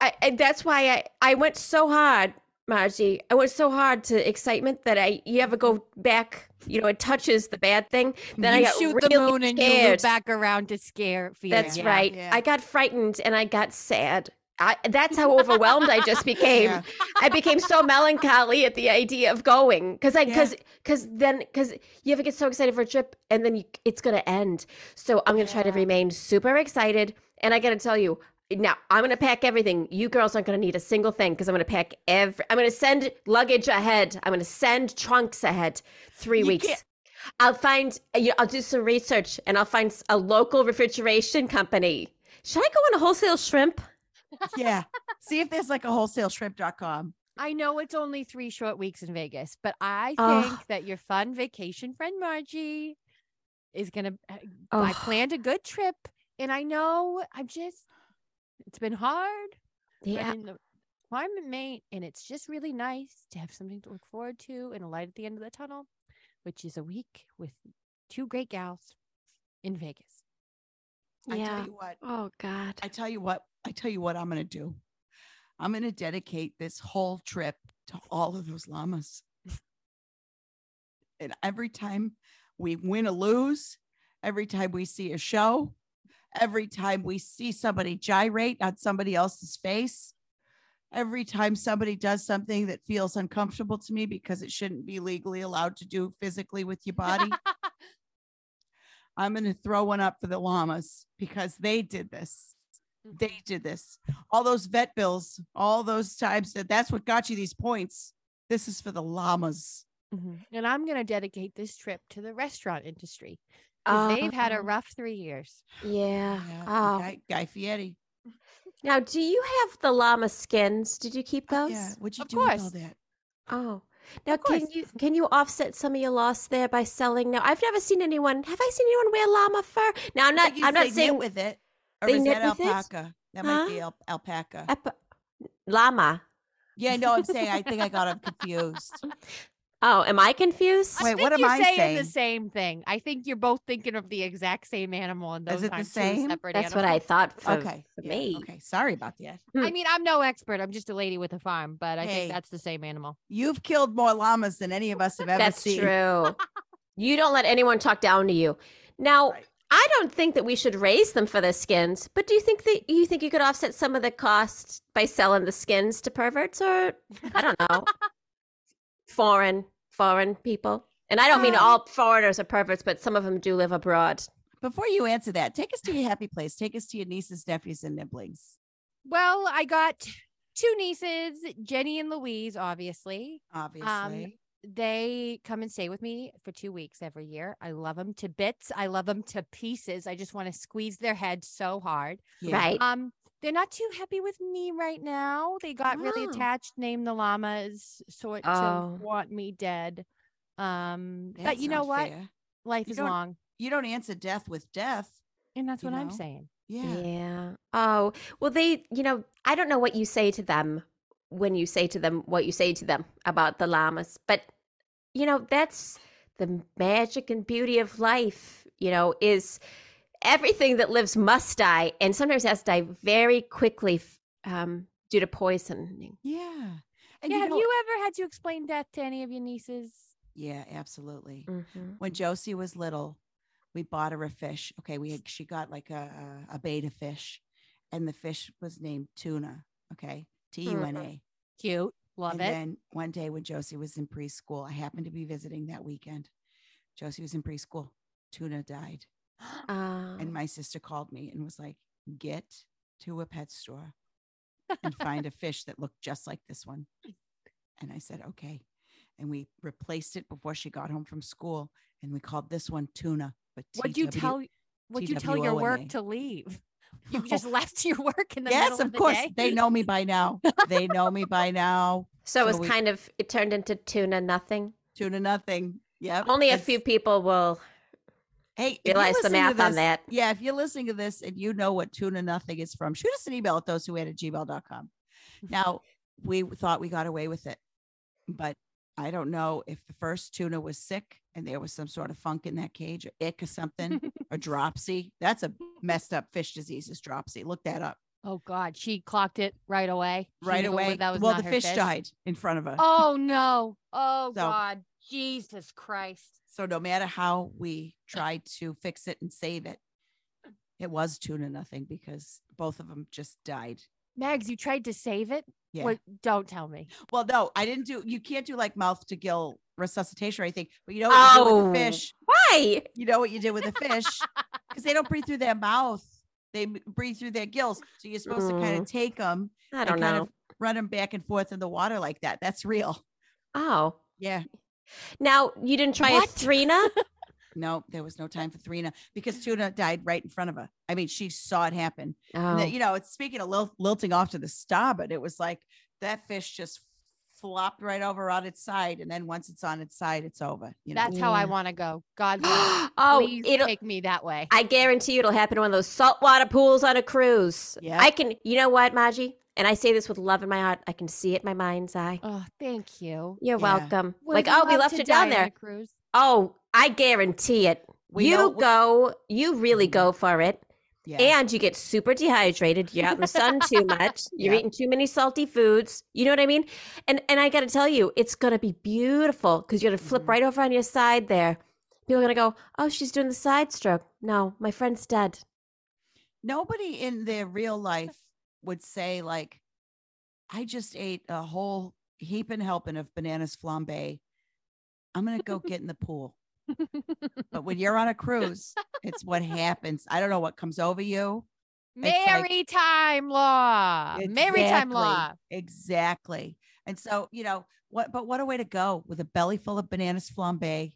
Speaker 3: I, I that's why I I went so hard, Margie. I went so hard to excitement that I you ever go back, you know, it touches the bad thing. Then
Speaker 4: you
Speaker 3: I got
Speaker 4: shoot
Speaker 3: really
Speaker 4: the moon and you
Speaker 3: scared.
Speaker 4: loop back around to scare feeling.
Speaker 3: That's
Speaker 4: yeah.
Speaker 3: right.
Speaker 2: yeah.
Speaker 3: I got frightened and I got sad. I, that's how overwhelmed I just became.
Speaker 2: Yeah.
Speaker 3: I became so melancholy at the idea of going because I
Speaker 2: Yeah.
Speaker 3: because because then because you ever get so excited for a trip and then you, it's gonna end. So I'm gonna try to
Speaker 4: Yeah.
Speaker 3: remain super excited. And I gotta tell you now, I'm gonna pack everything. You girls aren't gonna need a single thing because I'm gonna pack every. I'm gonna send luggage ahead. I'm gonna send trunks ahead. Three
Speaker 2: You
Speaker 3: weeks.
Speaker 2: can't-
Speaker 3: I'll find. uh, you know, I'll do some research and I'll find s- a local refrigeration company. Should I go on a wholesale shrimp?
Speaker 2: yeah. See if there's like a wholesale shrimp.com.
Speaker 4: I know it's only three short weeks in Vegas, but I think
Speaker 3: Ugh.
Speaker 4: that your fun vacation friend Margie is gonna. uh,
Speaker 3: Oh,
Speaker 4: I planned a good trip, and I know I'm just. It's been hard. but
Speaker 3: yeah.
Speaker 4: in the climate mate, and it's just really nice to have something to look forward to and a light at the end of the tunnel, which is a week with two great gals in Vegas.
Speaker 2: I
Speaker 3: Yeah.
Speaker 2: tell you what,
Speaker 3: Oh God.
Speaker 2: I tell you what, I tell you what I'm gonna do. I'm gonna dedicate this whole trip to all of those llamas. and every time we win or lose, every time we see a show, every time we see somebody gyrate on somebody else's face, every time somebody does something that feels uncomfortable to me because it shouldn't be legally allowed to do physically with your body. I'm going to throw one up for the llamas because they did this. They did this. All those vet bills, all those times that that's what got you these points. This is for the llamas.
Speaker 4: Mhm. And I'm going to dedicate this trip to the restaurant industry. 'cause
Speaker 2: Ah,
Speaker 4: they've had a
Speaker 2: uh-huh.
Speaker 3: Um,
Speaker 4: rough three years.
Speaker 3: Yeah.
Speaker 2: Yeah,
Speaker 3: Oh.
Speaker 2: Guy, Guy Fieri.
Speaker 3: Now, do you have the llama skins? Did you keep those?
Speaker 2: Yeah, what'd you
Speaker 4: Of
Speaker 2: do with all
Speaker 4: course.
Speaker 2: that?
Speaker 3: Oh. Now,
Speaker 4: course.
Speaker 3: can you can you offset some of your loss there by selling? Now, I've never seen anyone. Have I seen anyone wear llama fur? Now, I'm
Speaker 2: I
Speaker 3: not.
Speaker 2: guess
Speaker 3: I'm
Speaker 2: they
Speaker 3: not
Speaker 2: knit
Speaker 3: saying
Speaker 2: with it. Or
Speaker 3: they
Speaker 2: is
Speaker 3: knit
Speaker 2: that
Speaker 3: with it?
Speaker 2: alpaca? That might be
Speaker 3: Huh?
Speaker 2: al- alpaca.
Speaker 3: ep- llama.
Speaker 2: yeah, no, I'm saying I think I got them confused.
Speaker 3: Oh, am I confused?
Speaker 2: Wait,
Speaker 4: I think
Speaker 2: what am
Speaker 4: you're
Speaker 2: I
Speaker 4: saying,
Speaker 2: saying?
Speaker 4: the same thing. I think you're both thinking of the exact same animal, and
Speaker 2: Is
Speaker 4: those
Speaker 2: it the
Speaker 4: aren't
Speaker 2: same?
Speaker 4: two separate
Speaker 3: That's what I Hmm.
Speaker 4: animals.
Speaker 3: thought. For,
Speaker 2: okay.
Speaker 3: for
Speaker 2: yeah,
Speaker 3: me.
Speaker 2: Okay. Sorry about that.
Speaker 3: I-
Speaker 4: I mean, I'm no expert. I'm just a lady with a farm, but I
Speaker 2: Hey.
Speaker 4: think that's the same animal.
Speaker 2: You've killed more llamas than any of us have ever
Speaker 3: That's
Speaker 2: seen.
Speaker 3: true. you don't let anyone talk down to you. Now,
Speaker 2: Right.
Speaker 3: I don't think that we should raise them for their skins, but do you think that you think you could offset some of the cost by selling the skins to perverts or I don't know, foreign foreign people? And I don't mean
Speaker 2: Um,
Speaker 3: all foreigners are perverts, but some of them do live abroad.
Speaker 2: Before you answer that, take us to your happy place. Take us to your nieces, nephews, and niblings.
Speaker 4: Well, I got two nieces, Jenny and Louise, obviously.
Speaker 2: Obviously.
Speaker 4: Um, They come and stay with me for two weeks every year. I love them to bits. I love them to pieces. I just want to squeeze their head so hard.
Speaker 2: Yeah.
Speaker 3: Right.
Speaker 4: Um, they're not too happy with me right now. They got really
Speaker 3: Oh.
Speaker 4: attached, named the llamas, sort
Speaker 3: Oh.
Speaker 4: of want me dead. Um, but
Speaker 2: That's
Speaker 4: you know
Speaker 2: not
Speaker 4: what?
Speaker 2: fair.
Speaker 4: Life
Speaker 2: You
Speaker 4: is
Speaker 2: don't-
Speaker 4: long,
Speaker 2: You don't answer death with death.
Speaker 4: and that's
Speaker 2: you
Speaker 4: what I'm
Speaker 2: know.
Speaker 4: saying.
Speaker 2: Yeah.
Speaker 3: Yeah. Oh, well, they, you know, I don't know what you say to them when you say to them what you say to them about the llamas, but, you know, that's the magic and beauty of life, you know, is everything that lives must die and sometimes has to die very quickly f- um, due to poisoning.
Speaker 2: Yeah. And
Speaker 4: yeah,
Speaker 2: you
Speaker 4: have
Speaker 2: know,
Speaker 4: you ever had to explain death to any of your nieces?
Speaker 2: yeah, absolutely.
Speaker 4: Mm-hmm.
Speaker 2: When Josie was little, we bought her a fish. Okay, we had, she got like a, a a beta fish, and the fish was named tuna. Okay, T U N A.
Speaker 4: Cute, Mm-hmm. love
Speaker 2: and
Speaker 4: it.
Speaker 2: then one day when Josie was in preschool, I happened to be visiting that weekend. Josie was in preschool. Tuna died.
Speaker 3: Uh,
Speaker 4: Oh.
Speaker 2: And my sister called me and was like, get to a pet store and find a fish that looked just like this one. And I said, okay. And we replaced it before she got home from school. And we called this one tuna. But
Speaker 4: Would you
Speaker 2: TW
Speaker 4: tell? Would you tell your work
Speaker 2: TWONA.
Speaker 4: to leave? You just left your work in the
Speaker 2: yes,
Speaker 4: middle
Speaker 2: of
Speaker 4: of the
Speaker 2: course.
Speaker 4: day?
Speaker 2: They know me by now. They know me by now.
Speaker 3: so it was
Speaker 2: so we-
Speaker 3: kind of, it turned into tuna nothing.
Speaker 2: Tuna nothing. Yep.
Speaker 3: Only a
Speaker 2: That's-
Speaker 3: few people will
Speaker 2: Hey, if you're
Speaker 3: realize the
Speaker 2: listening to
Speaker 3: math on
Speaker 2: this-
Speaker 3: that.
Speaker 2: Yeah, if you're listening to this and you know what tuna nothing is from, shoot us an email at those who at gmail.com. Now, we thought we got away with it, but I don't know if the first tuna was sick and there was some sort of funk in that cage or ick or something or dropsy. That's a messed up fish disease is dropsy. Look that up
Speaker 4: Oh God, she clocked it right away. She
Speaker 2: right
Speaker 4: knew it wa-
Speaker 2: away.
Speaker 4: That was
Speaker 2: well,
Speaker 4: not
Speaker 2: the
Speaker 4: her
Speaker 2: fish, died in front of us.
Speaker 4: Oh no. Oh
Speaker 2: So-
Speaker 4: God. Jesus Christ.
Speaker 2: So no matter how we tried to fix it and save it, it was two to nothing because both of them just died.
Speaker 4: Megs, you tried to save it?
Speaker 2: Yeah.
Speaker 4: What don't tell me.
Speaker 2: Well, no, I didn't do. You can't do like mouth to gill resuscitation or anything. But you know what you did with the
Speaker 3: Oh.
Speaker 2: fish.
Speaker 3: Why?
Speaker 2: You know what you did with the fish because they don't breathe through their mouth. They m- breathe through their gills. So you're supposed to kind of take them,
Speaker 3: Mm. I don't
Speaker 2: kind
Speaker 3: know.
Speaker 2: of run them back and forth in the water like that. That's real.
Speaker 3: oh.
Speaker 2: Yeah.
Speaker 3: Now you didn't try
Speaker 4: What?
Speaker 3: a thrina?
Speaker 2: No, there was no time for Thrina because Tuna died right in front of her. I mean, she saw it happen.
Speaker 3: Oh.
Speaker 2: And that, you know, it's speaking of lil- lilting off to the starboard. It was like that fish just flopped right over on its side, and then once it's on its side, it's over. You know,
Speaker 4: That's how I
Speaker 3: Yeah.
Speaker 4: want to go. God willing,
Speaker 3: oh,
Speaker 4: please
Speaker 3: it'll
Speaker 4: take me that way.
Speaker 3: I guarantee you it'll happen in one of those saltwater pools on a cruise.
Speaker 2: Yeah.
Speaker 3: I can you know what, Maji? And I say this with love in my heart. I can see it in my mind's eye.
Speaker 4: oh, thank you.
Speaker 3: You're
Speaker 2: Yeah.
Speaker 3: welcome.
Speaker 4: Would
Speaker 3: like, oh, we
Speaker 4: love
Speaker 3: left
Speaker 4: to
Speaker 3: it down
Speaker 4: die on a
Speaker 3: there.
Speaker 4: Cruise.
Speaker 3: Oh, I guarantee it.
Speaker 2: We
Speaker 3: you
Speaker 2: know- we-
Speaker 3: go, you really
Speaker 2: Mhm.
Speaker 4: Mm-hmm.
Speaker 3: go for it.
Speaker 2: yeah,
Speaker 3: And you get super dehydrated. You're out in the sun too much. You're
Speaker 2: Yeah.
Speaker 3: eating too many salty foods. You know what I mean? And and I gotta tell you, it's gonna be beautiful because you're gonna flip
Speaker 2: Mhm.
Speaker 3: right over on your side there. People are gonna go, Oh, she's doing the side stroke. No, my friend's dead.
Speaker 2: nobody in their real life would say like, "I just ate a whole heap and helping of bananas flambe. I'm gonna go get in the pool." but when you're on a cruise, it's what happens. I don't know what comes over you. It's like-
Speaker 4: Maritime law. Uh, Maritime
Speaker 2: Exactly,
Speaker 4: law.
Speaker 2: Exactly. And so, you know, what but what a way to go with a belly full of bananas flambe.
Speaker 4: It's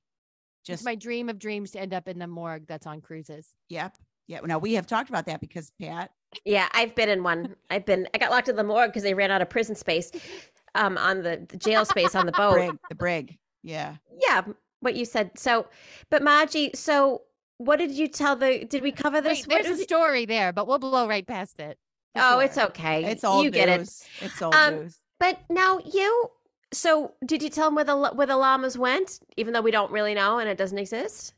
Speaker 2: Just
Speaker 4: my dream of dreams to end up in the morgue that's on cruises.
Speaker 2: yep. Yeah. Now we have talked about that because Pat,
Speaker 3: Yeah, I've been in one. I've been. I got locked in the morgue because they ran out of prison space, um, on the, the jail space on the boat.
Speaker 2: Brig, the Brig. Yeah.
Speaker 3: Yeah, what you said. So, but Margie, so what did you tell the? Did we cover this?
Speaker 4: Wait,
Speaker 3: What
Speaker 4: there's a
Speaker 3: did-
Speaker 4: story there, but we'll blow right past it. for
Speaker 3: oh, it's
Speaker 4: sure.
Speaker 3: okay.
Speaker 2: It's all
Speaker 3: you
Speaker 2: news.
Speaker 3: get it.
Speaker 2: It's all
Speaker 3: Um,
Speaker 2: news.
Speaker 3: But now you. So did you tell them where the la- where the llamas went? Even though we don't really know and it doesn't exist.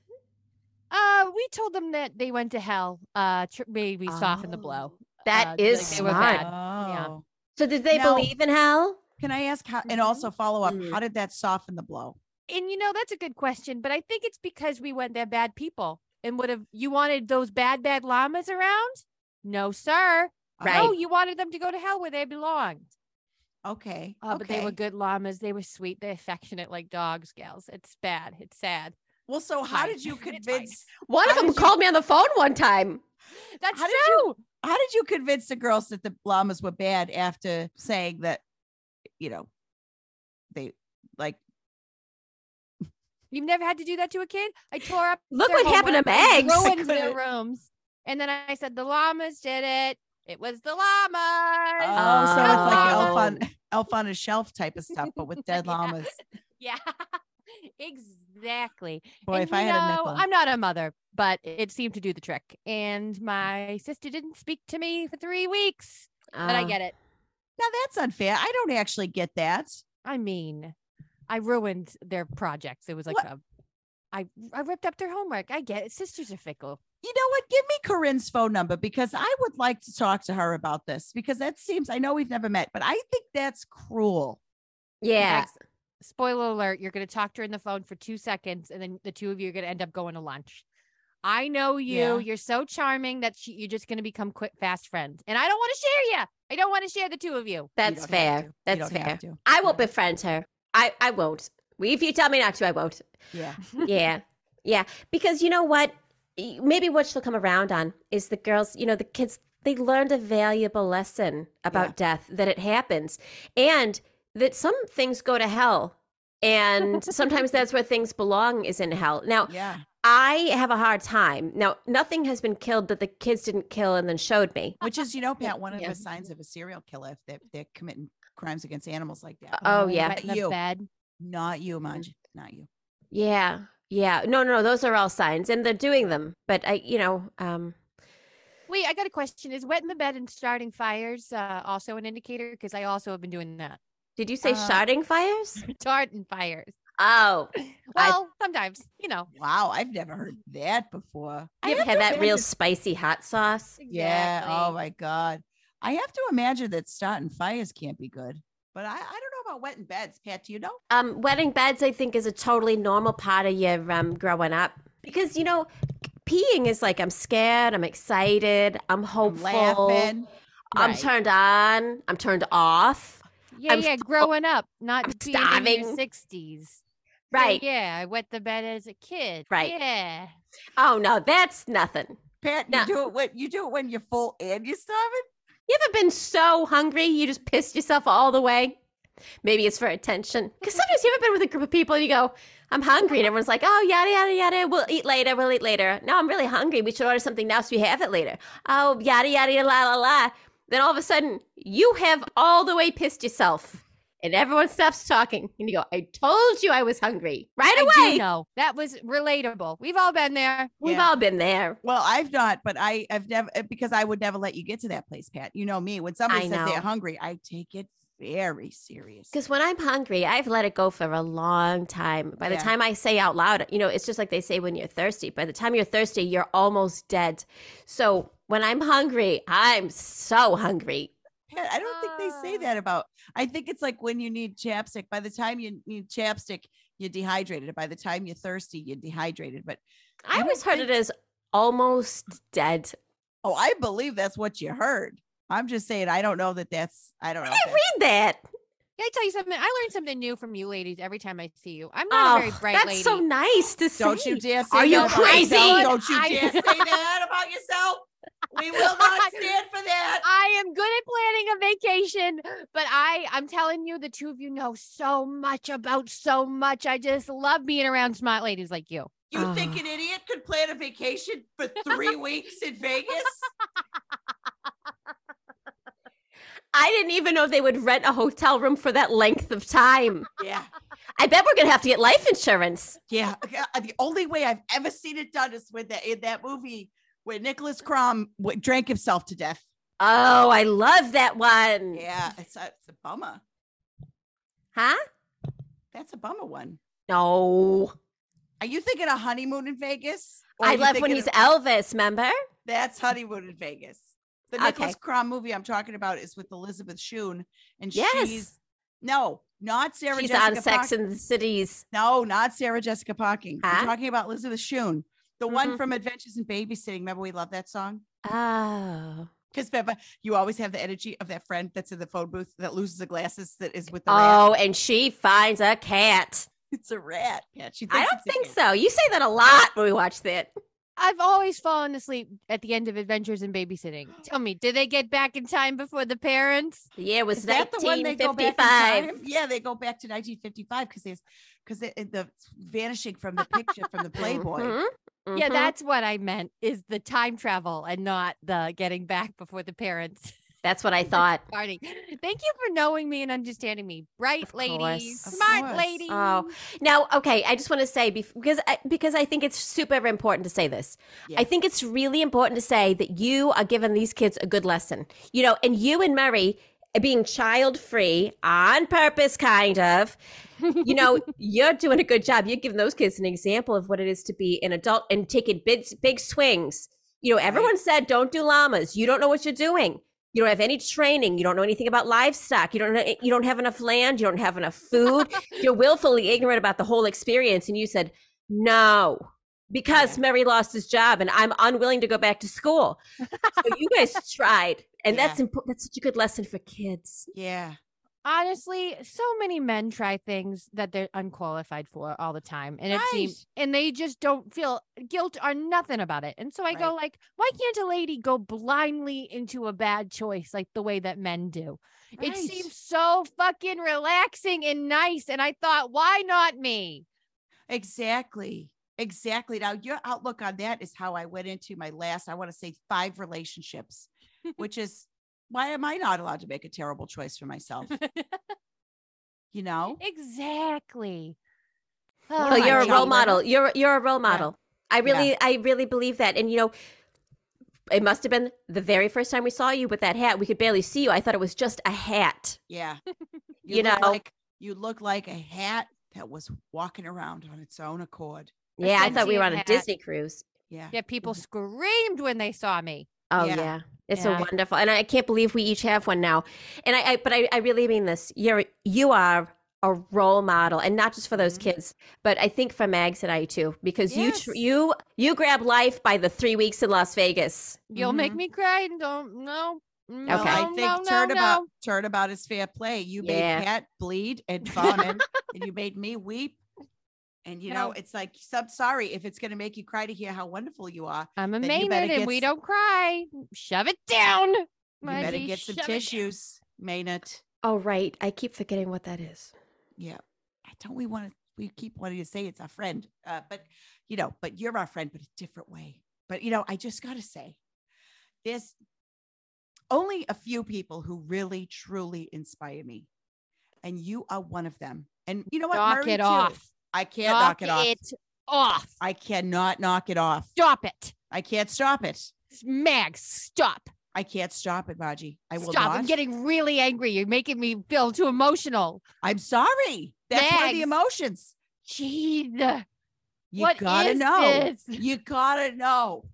Speaker 4: Uh, we told them that they went to hell. Uh, tr- maybe soften the blow. Uh,
Speaker 3: That
Speaker 4: like,
Speaker 3: is
Speaker 4: they were
Speaker 3: smart.
Speaker 4: bad. yeah. Mm-hmm.
Speaker 2: Oh.
Speaker 3: So did they
Speaker 2: No.
Speaker 3: believe in hell?
Speaker 2: Can I ask how and also follow up,
Speaker 3: Mm.
Speaker 2: how did that soften the blow?
Speaker 4: And you know that's a good question, but I think it's because we went there bad people and would have you wanted those bad bad llamas around? No, sir. No,
Speaker 3: Right.
Speaker 4: you wanted them to go to hell where they belonged.
Speaker 2: Okay.
Speaker 4: Uh, But they were
Speaker 2: okay.
Speaker 4: good llamas. They were sweet. They're affectionate like dogs, gals. It's bad. It's sad.
Speaker 2: Well, so how
Speaker 4: Fine.
Speaker 2: did you
Speaker 4: It's fine.
Speaker 2: convince
Speaker 3: One
Speaker 2: How
Speaker 3: of them
Speaker 2: did you-
Speaker 3: called me on the phone one time.
Speaker 4: That's
Speaker 2: How did
Speaker 4: true.
Speaker 2: how did you convince the girls that the llamas were bad after saying that you know they like
Speaker 4: You've never had to do that to a kid. I tore up.
Speaker 3: Look
Speaker 4: their
Speaker 3: what happened to Megs.
Speaker 4: homework.
Speaker 3: I
Speaker 4: I Ruined their
Speaker 2: couldn't-
Speaker 4: rooms. And then I said the llamas did it. It was the llamas.
Speaker 2: Oh, so it's like
Speaker 4: Oh.
Speaker 2: elf on elf on a shelf type of stuff, but with dead
Speaker 4: Yeah.
Speaker 2: llamas.
Speaker 4: yeah, exactly.
Speaker 2: Boy,
Speaker 4: And
Speaker 2: if I
Speaker 4: you
Speaker 2: had a
Speaker 4: know,
Speaker 2: nickel.
Speaker 4: I'm not a mother, but it seemed to do the trick. And my sister didn't speak to me for three weeks. But I
Speaker 2: Ah.
Speaker 3: Uh,
Speaker 4: get it.
Speaker 2: now that's unfair. I don't actually get that.
Speaker 4: I mean, I ruined their projects. It was like
Speaker 2: What?
Speaker 4: a. I, I ripped up their homework. I get it. Sisters are fickle.
Speaker 2: You know what? Give me Corinne's phone number because I would like to talk to her about this because that seems I know we've never met, but I think that's cruel.
Speaker 3: Yeah.
Speaker 4: Next, spoiler alert, you're going to talk to her on the phone for two seconds and then the two of you are going to end up going to lunch. I know you.
Speaker 2: Yeah.
Speaker 4: You're so charming that she, you're just going to become quick, fast friends. And I don't want to share you. I don't want to share the two of you.
Speaker 2: You
Speaker 3: That's
Speaker 2: don't have
Speaker 3: fair.
Speaker 2: to. You
Speaker 3: That's
Speaker 2: don't have
Speaker 3: fair.
Speaker 2: to.
Speaker 3: I won't befriend her. I, I won't. If you tell me not to, I won't.
Speaker 2: Yeah.
Speaker 3: Yeah. yeah. Because you know what? Y- Maybe what she'll come around on is the girls, you know, the kids, they learned a valuable lesson about death that it happens and that some things go to hell. And sometimes that's where things belong is in hell. Now,
Speaker 2: Yeah.
Speaker 3: I have a hard time. Now, nothing has been killed that the kids didn't kill and then showed me.
Speaker 2: Which is, you know, Pat, one of
Speaker 3: Yeah.
Speaker 2: the signs of a serial killer if they're, they're committing crimes against animals like that.
Speaker 3: Oh, yeah.
Speaker 4: Wet in the
Speaker 2: You.
Speaker 4: bed.
Speaker 2: Not you,
Speaker 3: Mm-hmm.
Speaker 2: Manj. Not you.
Speaker 3: Yeah. Yeah. No, no, those are all signs and they're doing them. But I, you know, um,
Speaker 4: Wait, I got a question. Is wet in the bed and starting fires uh, also an indicator? Because I also have been doing that.
Speaker 3: did you say
Speaker 2: Uh,
Speaker 3: starting fires?
Speaker 4: Starting fires.
Speaker 3: Oh, I-
Speaker 4: Well, sometimes, you know.
Speaker 2: Wow, I've never heard that before. I
Speaker 3: you ever
Speaker 2: have
Speaker 3: had
Speaker 2: to
Speaker 3: that real
Speaker 2: imagine-
Speaker 3: spicy hot sauce?
Speaker 2: Yeah. Oh my God. I have to imagine that starting fires can't be good. But I, I don't know about wet and beds, Pat. Do you know?
Speaker 3: Um, wetting beds, I think, is a totally normal part of your um, growing up because you know, peeing is like I'm scared, I'm excited, I'm
Speaker 2: I'm
Speaker 3: hopeful,
Speaker 2: laughing.
Speaker 3: I'm
Speaker 4: Right.
Speaker 3: turned on, I'm turned off.
Speaker 4: Yeah,
Speaker 3: I'm
Speaker 4: yeah.
Speaker 3: fu-
Speaker 4: Growing up, not
Speaker 3: I'm
Speaker 4: being in your
Speaker 3: starving.
Speaker 4: sixties.
Speaker 3: Right?
Speaker 4: yeah, I wet the bed as a kid.
Speaker 3: Right.
Speaker 4: Yeah.
Speaker 3: Oh no, that's nothing.
Speaker 2: Pat, you
Speaker 3: No.
Speaker 2: do it when you do it when you're full and you're starving.
Speaker 3: You ever been so hungry you just pissed yourself all the way? Maybe it's for attention. Because sometimes you ever been with a group of people and you go, I'm hungry. And everyone's like, oh, yada, yada, yada. We'll eat later. We'll eat later. No, I'm really hungry. We should order something now so we have it later. Oh, yada, yada, yada, la, la, la. Then all of a sudden, you have all the way pissed yourself. And everyone stops talking. And you go, I told you I was hungry right
Speaker 4: I do
Speaker 3: away.
Speaker 4: know that was relatable. We've all been there.
Speaker 3: We've
Speaker 2: Yeah.
Speaker 3: all been there.
Speaker 2: Well, I've not, but I, I've never because I would never let you get to that place, Pat. You know me. When somebody
Speaker 3: I
Speaker 2: says
Speaker 3: know.
Speaker 2: they're hungry, I take it very serious.
Speaker 3: Because when I'm hungry, I've let it go for a long time. By the
Speaker 2: Yeah.
Speaker 3: time I say out loud, you know, it's just like they say when you're thirsty. By the time you're thirsty, you're almost dead. So when I'm hungry, I'm so hungry.
Speaker 2: Pat, I don't think they say
Speaker 4: Ah.
Speaker 2: that about. I think it's like when you need chapstick. By the time you need chapstick, you're dehydrated. By the time you're thirsty, you're dehydrated. But I
Speaker 3: I
Speaker 2: don't
Speaker 3: always heard
Speaker 2: think-
Speaker 3: it as almost dead.
Speaker 2: oh, I believe that's what you heard. I'm just saying. I don't know that that's. I don't know. if
Speaker 3: I
Speaker 2: that's-
Speaker 3: read that.
Speaker 4: Can I tell you something? I learn something new from you ladies every time I see you. I'm not a very
Speaker 3: Oh,
Speaker 4: bright
Speaker 3: that's
Speaker 4: lady.
Speaker 3: so nice to say.
Speaker 2: Don't you dare say
Speaker 3: Are you
Speaker 2: that about
Speaker 3: crazy?
Speaker 2: yourself. Don't you
Speaker 4: I-
Speaker 2: dare say that about yourself. We will not stand for that.
Speaker 4: I am good at planning a vacation, but I I'm telling you, the two of you know so much about so much. I just love being around smart ladies like you.
Speaker 2: You think
Speaker 3: Ah.
Speaker 2: an idiot could plan a vacation for three weeks in Vegas?
Speaker 3: I didn't even know they would rent a hotel room for that length of time.
Speaker 2: Yeah.
Speaker 3: I bet we're going to have to get life insurance.
Speaker 2: Yeah, yeah, uh, the only way I've ever seen it done is with that in that movie where Nicholas Crom w- drank himself to death.
Speaker 3: Oh, I love that one.
Speaker 2: Yeah, it's a, it's a bummer.
Speaker 3: Huh?
Speaker 2: That's a bummer one.
Speaker 3: No.
Speaker 2: Are you thinking a honeymoon in Vegas? Or are
Speaker 3: I
Speaker 2: you
Speaker 3: love when
Speaker 2: thinking
Speaker 3: he's
Speaker 2: of-
Speaker 3: Elvis, remember?
Speaker 2: that's honeymoon in Vegas. The
Speaker 3: Okay.
Speaker 2: Nicholas Crom movie I'm talking about is with Elizabeth Shun, and
Speaker 3: Yes.
Speaker 2: she's no, not Sarah
Speaker 3: She's
Speaker 2: Jessica
Speaker 3: on Sex
Speaker 2: Park-
Speaker 3: and the Cities.
Speaker 2: no, not Sarah Jessica Parking.
Speaker 3: Huh?
Speaker 2: I'm talking about Elizabeth Shun, the one
Speaker 3: Mhm.
Speaker 2: from Adventures in Babysitting. Remember we love that song.
Speaker 3: Oh.
Speaker 2: Because Peppa, you always have the energy of that friend that's in the phone booth that loses the glasses that is with the rat.
Speaker 3: Oh, and she finds a cat.
Speaker 2: It's a rat. Yeah, she thinks
Speaker 3: I don't
Speaker 2: it's a
Speaker 3: think
Speaker 2: cat.
Speaker 3: so. You say that a lot when we watch that.
Speaker 4: I've always fallen asleep at the end of Adventures in Babysitting. Tell me, did they get back in time before the parents?
Speaker 3: The year was
Speaker 2: Is that the one they go back in
Speaker 3: 1955.
Speaker 2: time? Yeah, they go back to 1955 because there's because the, the vanishing from the picture from the Playboy.
Speaker 3: Mhm,
Speaker 4: Yeah,
Speaker 3: mhm.
Speaker 4: that's what I meant is the time travel and not the getting back before the parents
Speaker 3: that's what I thought.
Speaker 4: starting. Thank you for knowing me and understanding me. Bright
Speaker 3: Of
Speaker 4: ladies,
Speaker 3: course. Of
Speaker 4: smart
Speaker 2: course.
Speaker 4: ladies.
Speaker 3: Oh, Now, okay, I just want to say bef- because I, because I think it's super important to say this.
Speaker 2: Yeah.
Speaker 3: I think it's really important to say that you are giving these kids a good lesson. You know, and you and Murray uh, being child free on purpose, kind of. You know, you're doing a good job. You're giving those kids an example of what it is to be an adult and taking big big swings. You know, everyone said don't do llamas. You don't know what you're doing. You don't have any training. You don't know anything about livestock. You don't know, eh, you don't have enough land. You don't have enough food. You're willfully ignorant about the whole experience. And you said, no, because
Speaker 2: Yeah.
Speaker 3: Mary lost his job and I'm unwilling to go back to school. So you guys tried. And
Speaker 2: Yeah.
Speaker 3: that's impo- that's such a good lesson for kids.
Speaker 2: yeah.
Speaker 4: honestly, so many men try things that they're unqualified for all the time, and it seems, and they just don't feel guilt or nothing about it. And so I go like, why can't a lady go blindly into a bad choice like the way that men do? It
Speaker 2: Right.
Speaker 4: seems so fucking relaxing and nice. And I thought, why not me?
Speaker 2: Exactly. Exactly. Now, your outlook on that is how I went into my last, I want to say five relationships, which is why am I not allowed to make a terrible choice for myself? you know?
Speaker 4: Exactly.
Speaker 2: Well,
Speaker 3: Oh,
Speaker 2: my
Speaker 3: you're a
Speaker 2: God.
Speaker 3: role model. You're you're a role model. I
Speaker 2: Yeah.
Speaker 3: really I really believe that. And you know, it must have been the very first time we saw you with that hat. We could barely see you. I thought it was just a hat.
Speaker 2: Yeah.
Speaker 3: You
Speaker 2: look
Speaker 3: know?
Speaker 2: like you look like a hat that was walking around on its own accord.
Speaker 3: Yeah, I thought we were on
Speaker 4: Indian
Speaker 3: a
Speaker 4: hat.
Speaker 3: Disney cruise.
Speaker 2: Yeah.
Speaker 4: Yeah, people screamed when they saw me.
Speaker 3: Oh
Speaker 2: Yeah.
Speaker 3: yeah. It's
Speaker 4: Yeah.
Speaker 3: so wonderful. And I can't believe we each have one now. And I, I but I, I really mean this. You're you are a role model and not just for those
Speaker 4: Mhm.
Speaker 3: kids, but I think for Mags and I too, because you
Speaker 2: Yes.
Speaker 3: tr- you you grab life by the three weeks in Las Vegas.
Speaker 4: You'll make
Speaker 2: Mhm.
Speaker 4: me cry and don't no. Okay,
Speaker 2: Well, I think
Speaker 4: no, no,
Speaker 2: turnabout
Speaker 4: no.
Speaker 2: turnabout is fair play. You
Speaker 3: Yeah.
Speaker 2: made Kat bleed and vomit, and you made me weep. And you know,
Speaker 4: No.
Speaker 2: it's like, so sorry if it's going to make you cry to hear how wonderful you are.
Speaker 4: I'm a
Speaker 2: then you
Speaker 4: maiden
Speaker 2: better
Speaker 4: and
Speaker 2: get
Speaker 4: we
Speaker 2: s-
Speaker 4: don't cry. Shove it down.
Speaker 2: You better
Speaker 4: Maggie,
Speaker 2: get some
Speaker 4: shove it down.
Speaker 2: tissues, Maynard.
Speaker 3: Oh right. I keep forgetting what that is.
Speaker 2: Yeah, I don't. We want to. We keep wanting to say it's our friend, uh, but you know, but you're our friend, but a different way. But you know, I just got to say, there's only a few people who really truly inspire me, and you are one of them. And you know what?
Speaker 4: Knock
Speaker 2: Murray,
Speaker 4: it
Speaker 2: too.
Speaker 4: off.
Speaker 2: I can't knock, it off.
Speaker 4: off.
Speaker 2: I cannot knock it off.
Speaker 4: Stop it.
Speaker 2: I can't stop it.
Speaker 4: Mag, stop.
Speaker 2: I can't stop it, Margie. I will
Speaker 4: stop.
Speaker 2: not.
Speaker 4: I'm getting really angry. You're making me feel too emotional.
Speaker 2: I'm sorry. That's one of the
Speaker 4: Mags.
Speaker 2: emotions.
Speaker 4: Jeez.
Speaker 2: You
Speaker 4: What
Speaker 2: gotta
Speaker 4: is
Speaker 2: know.
Speaker 4: this?
Speaker 2: You gotta know.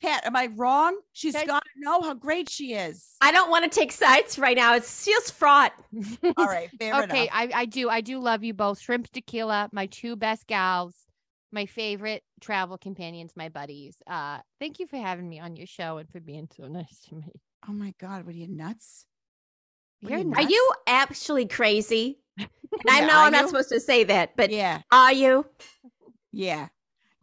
Speaker 2: Pat, am I wrong? She's
Speaker 4: That's-
Speaker 2: gotta know how great she is.
Speaker 3: I don't want to take sides right now. It feels fraught.
Speaker 2: All right, fair
Speaker 4: okay,
Speaker 2: enough.
Speaker 4: I, I do. I do love you both. Shrimp tequila, my two best gals, my favorite travel companions, my buddies. Uh, thank you for having me on your show and for being so nice to me.
Speaker 2: Oh my God, what are you nuts? What
Speaker 4: You're
Speaker 2: nuts?
Speaker 3: Are you actually crazy? And I
Speaker 2: Yeah,
Speaker 3: know
Speaker 2: are
Speaker 3: I'm not
Speaker 2: you?
Speaker 3: supposed to say that, but
Speaker 2: Yeah,
Speaker 3: are you?
Speaker 2: yeah.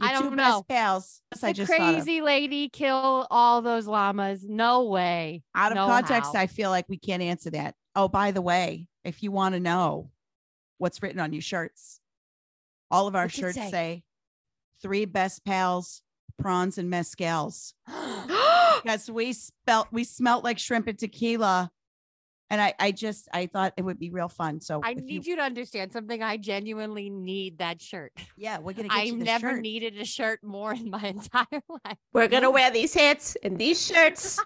Speaker 4: I
Speaker 2: Your two
Speaker 4: don't
Speaker 2: best
Speaker 4: know.
Speaker 2: pals. Yes, I
Speaker 4: the
Speaker 2: just thought of.
Speaker 4: crazy lady kill all those llamas. No way.
Speaker 2: Out of
Speaker 4: know
Speaker 2: context,
Speaker 4: how.
Speaker 2: I feel like we can't answer that. Oh, by the way, if you want to know what's written on your shirts, all of our
Speaker 4: What's it
Speaker 2: shirts
Speaker 4: say?
Speaker 2: say? three best pals, prawns and mezcals. because we spelt we smelt like shrimp and tequila and i i just i thought it would be real fun so
Speaker 4: I
Speaker 2: Oh, if
Speaker 4: need you, to understand something. I genuinely need that shirt.
Speaker 2: yeah we're gonna get
Speaker 4: I
Speaker 2: you the
Speaker 4: never
Speaker 2: shirt.
Speaker 4: needed a shirt more in my entire life.
Speaker 3: We're gonna wear these hats and these shirts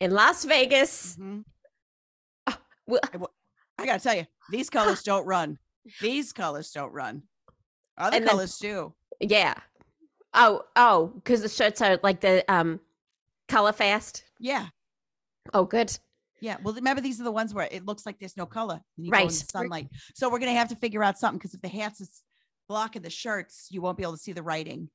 Speaker 3: in Las Vegas.
Speaker 2: Mhm.
Speaker 3: Well-
Speaker 2: I wa- I gotta tell you these colors don't run these colors don't run other
Speaker 3: And then-
Speaker 2: colors do
Speaker 3: Yeah. Oh, oh, because the shirts are like the um color fast.
Speaker 2: yeah
Speaker 3: Oh, good.
Speaker 2: yeah well remember these are the ones where it looks like there's no color and you go in
Speaker 3: Right.
Speaker 2: the sunlight so we're gonna have to figure out something because if the hats is blocking the shirts you won't be able to see the writing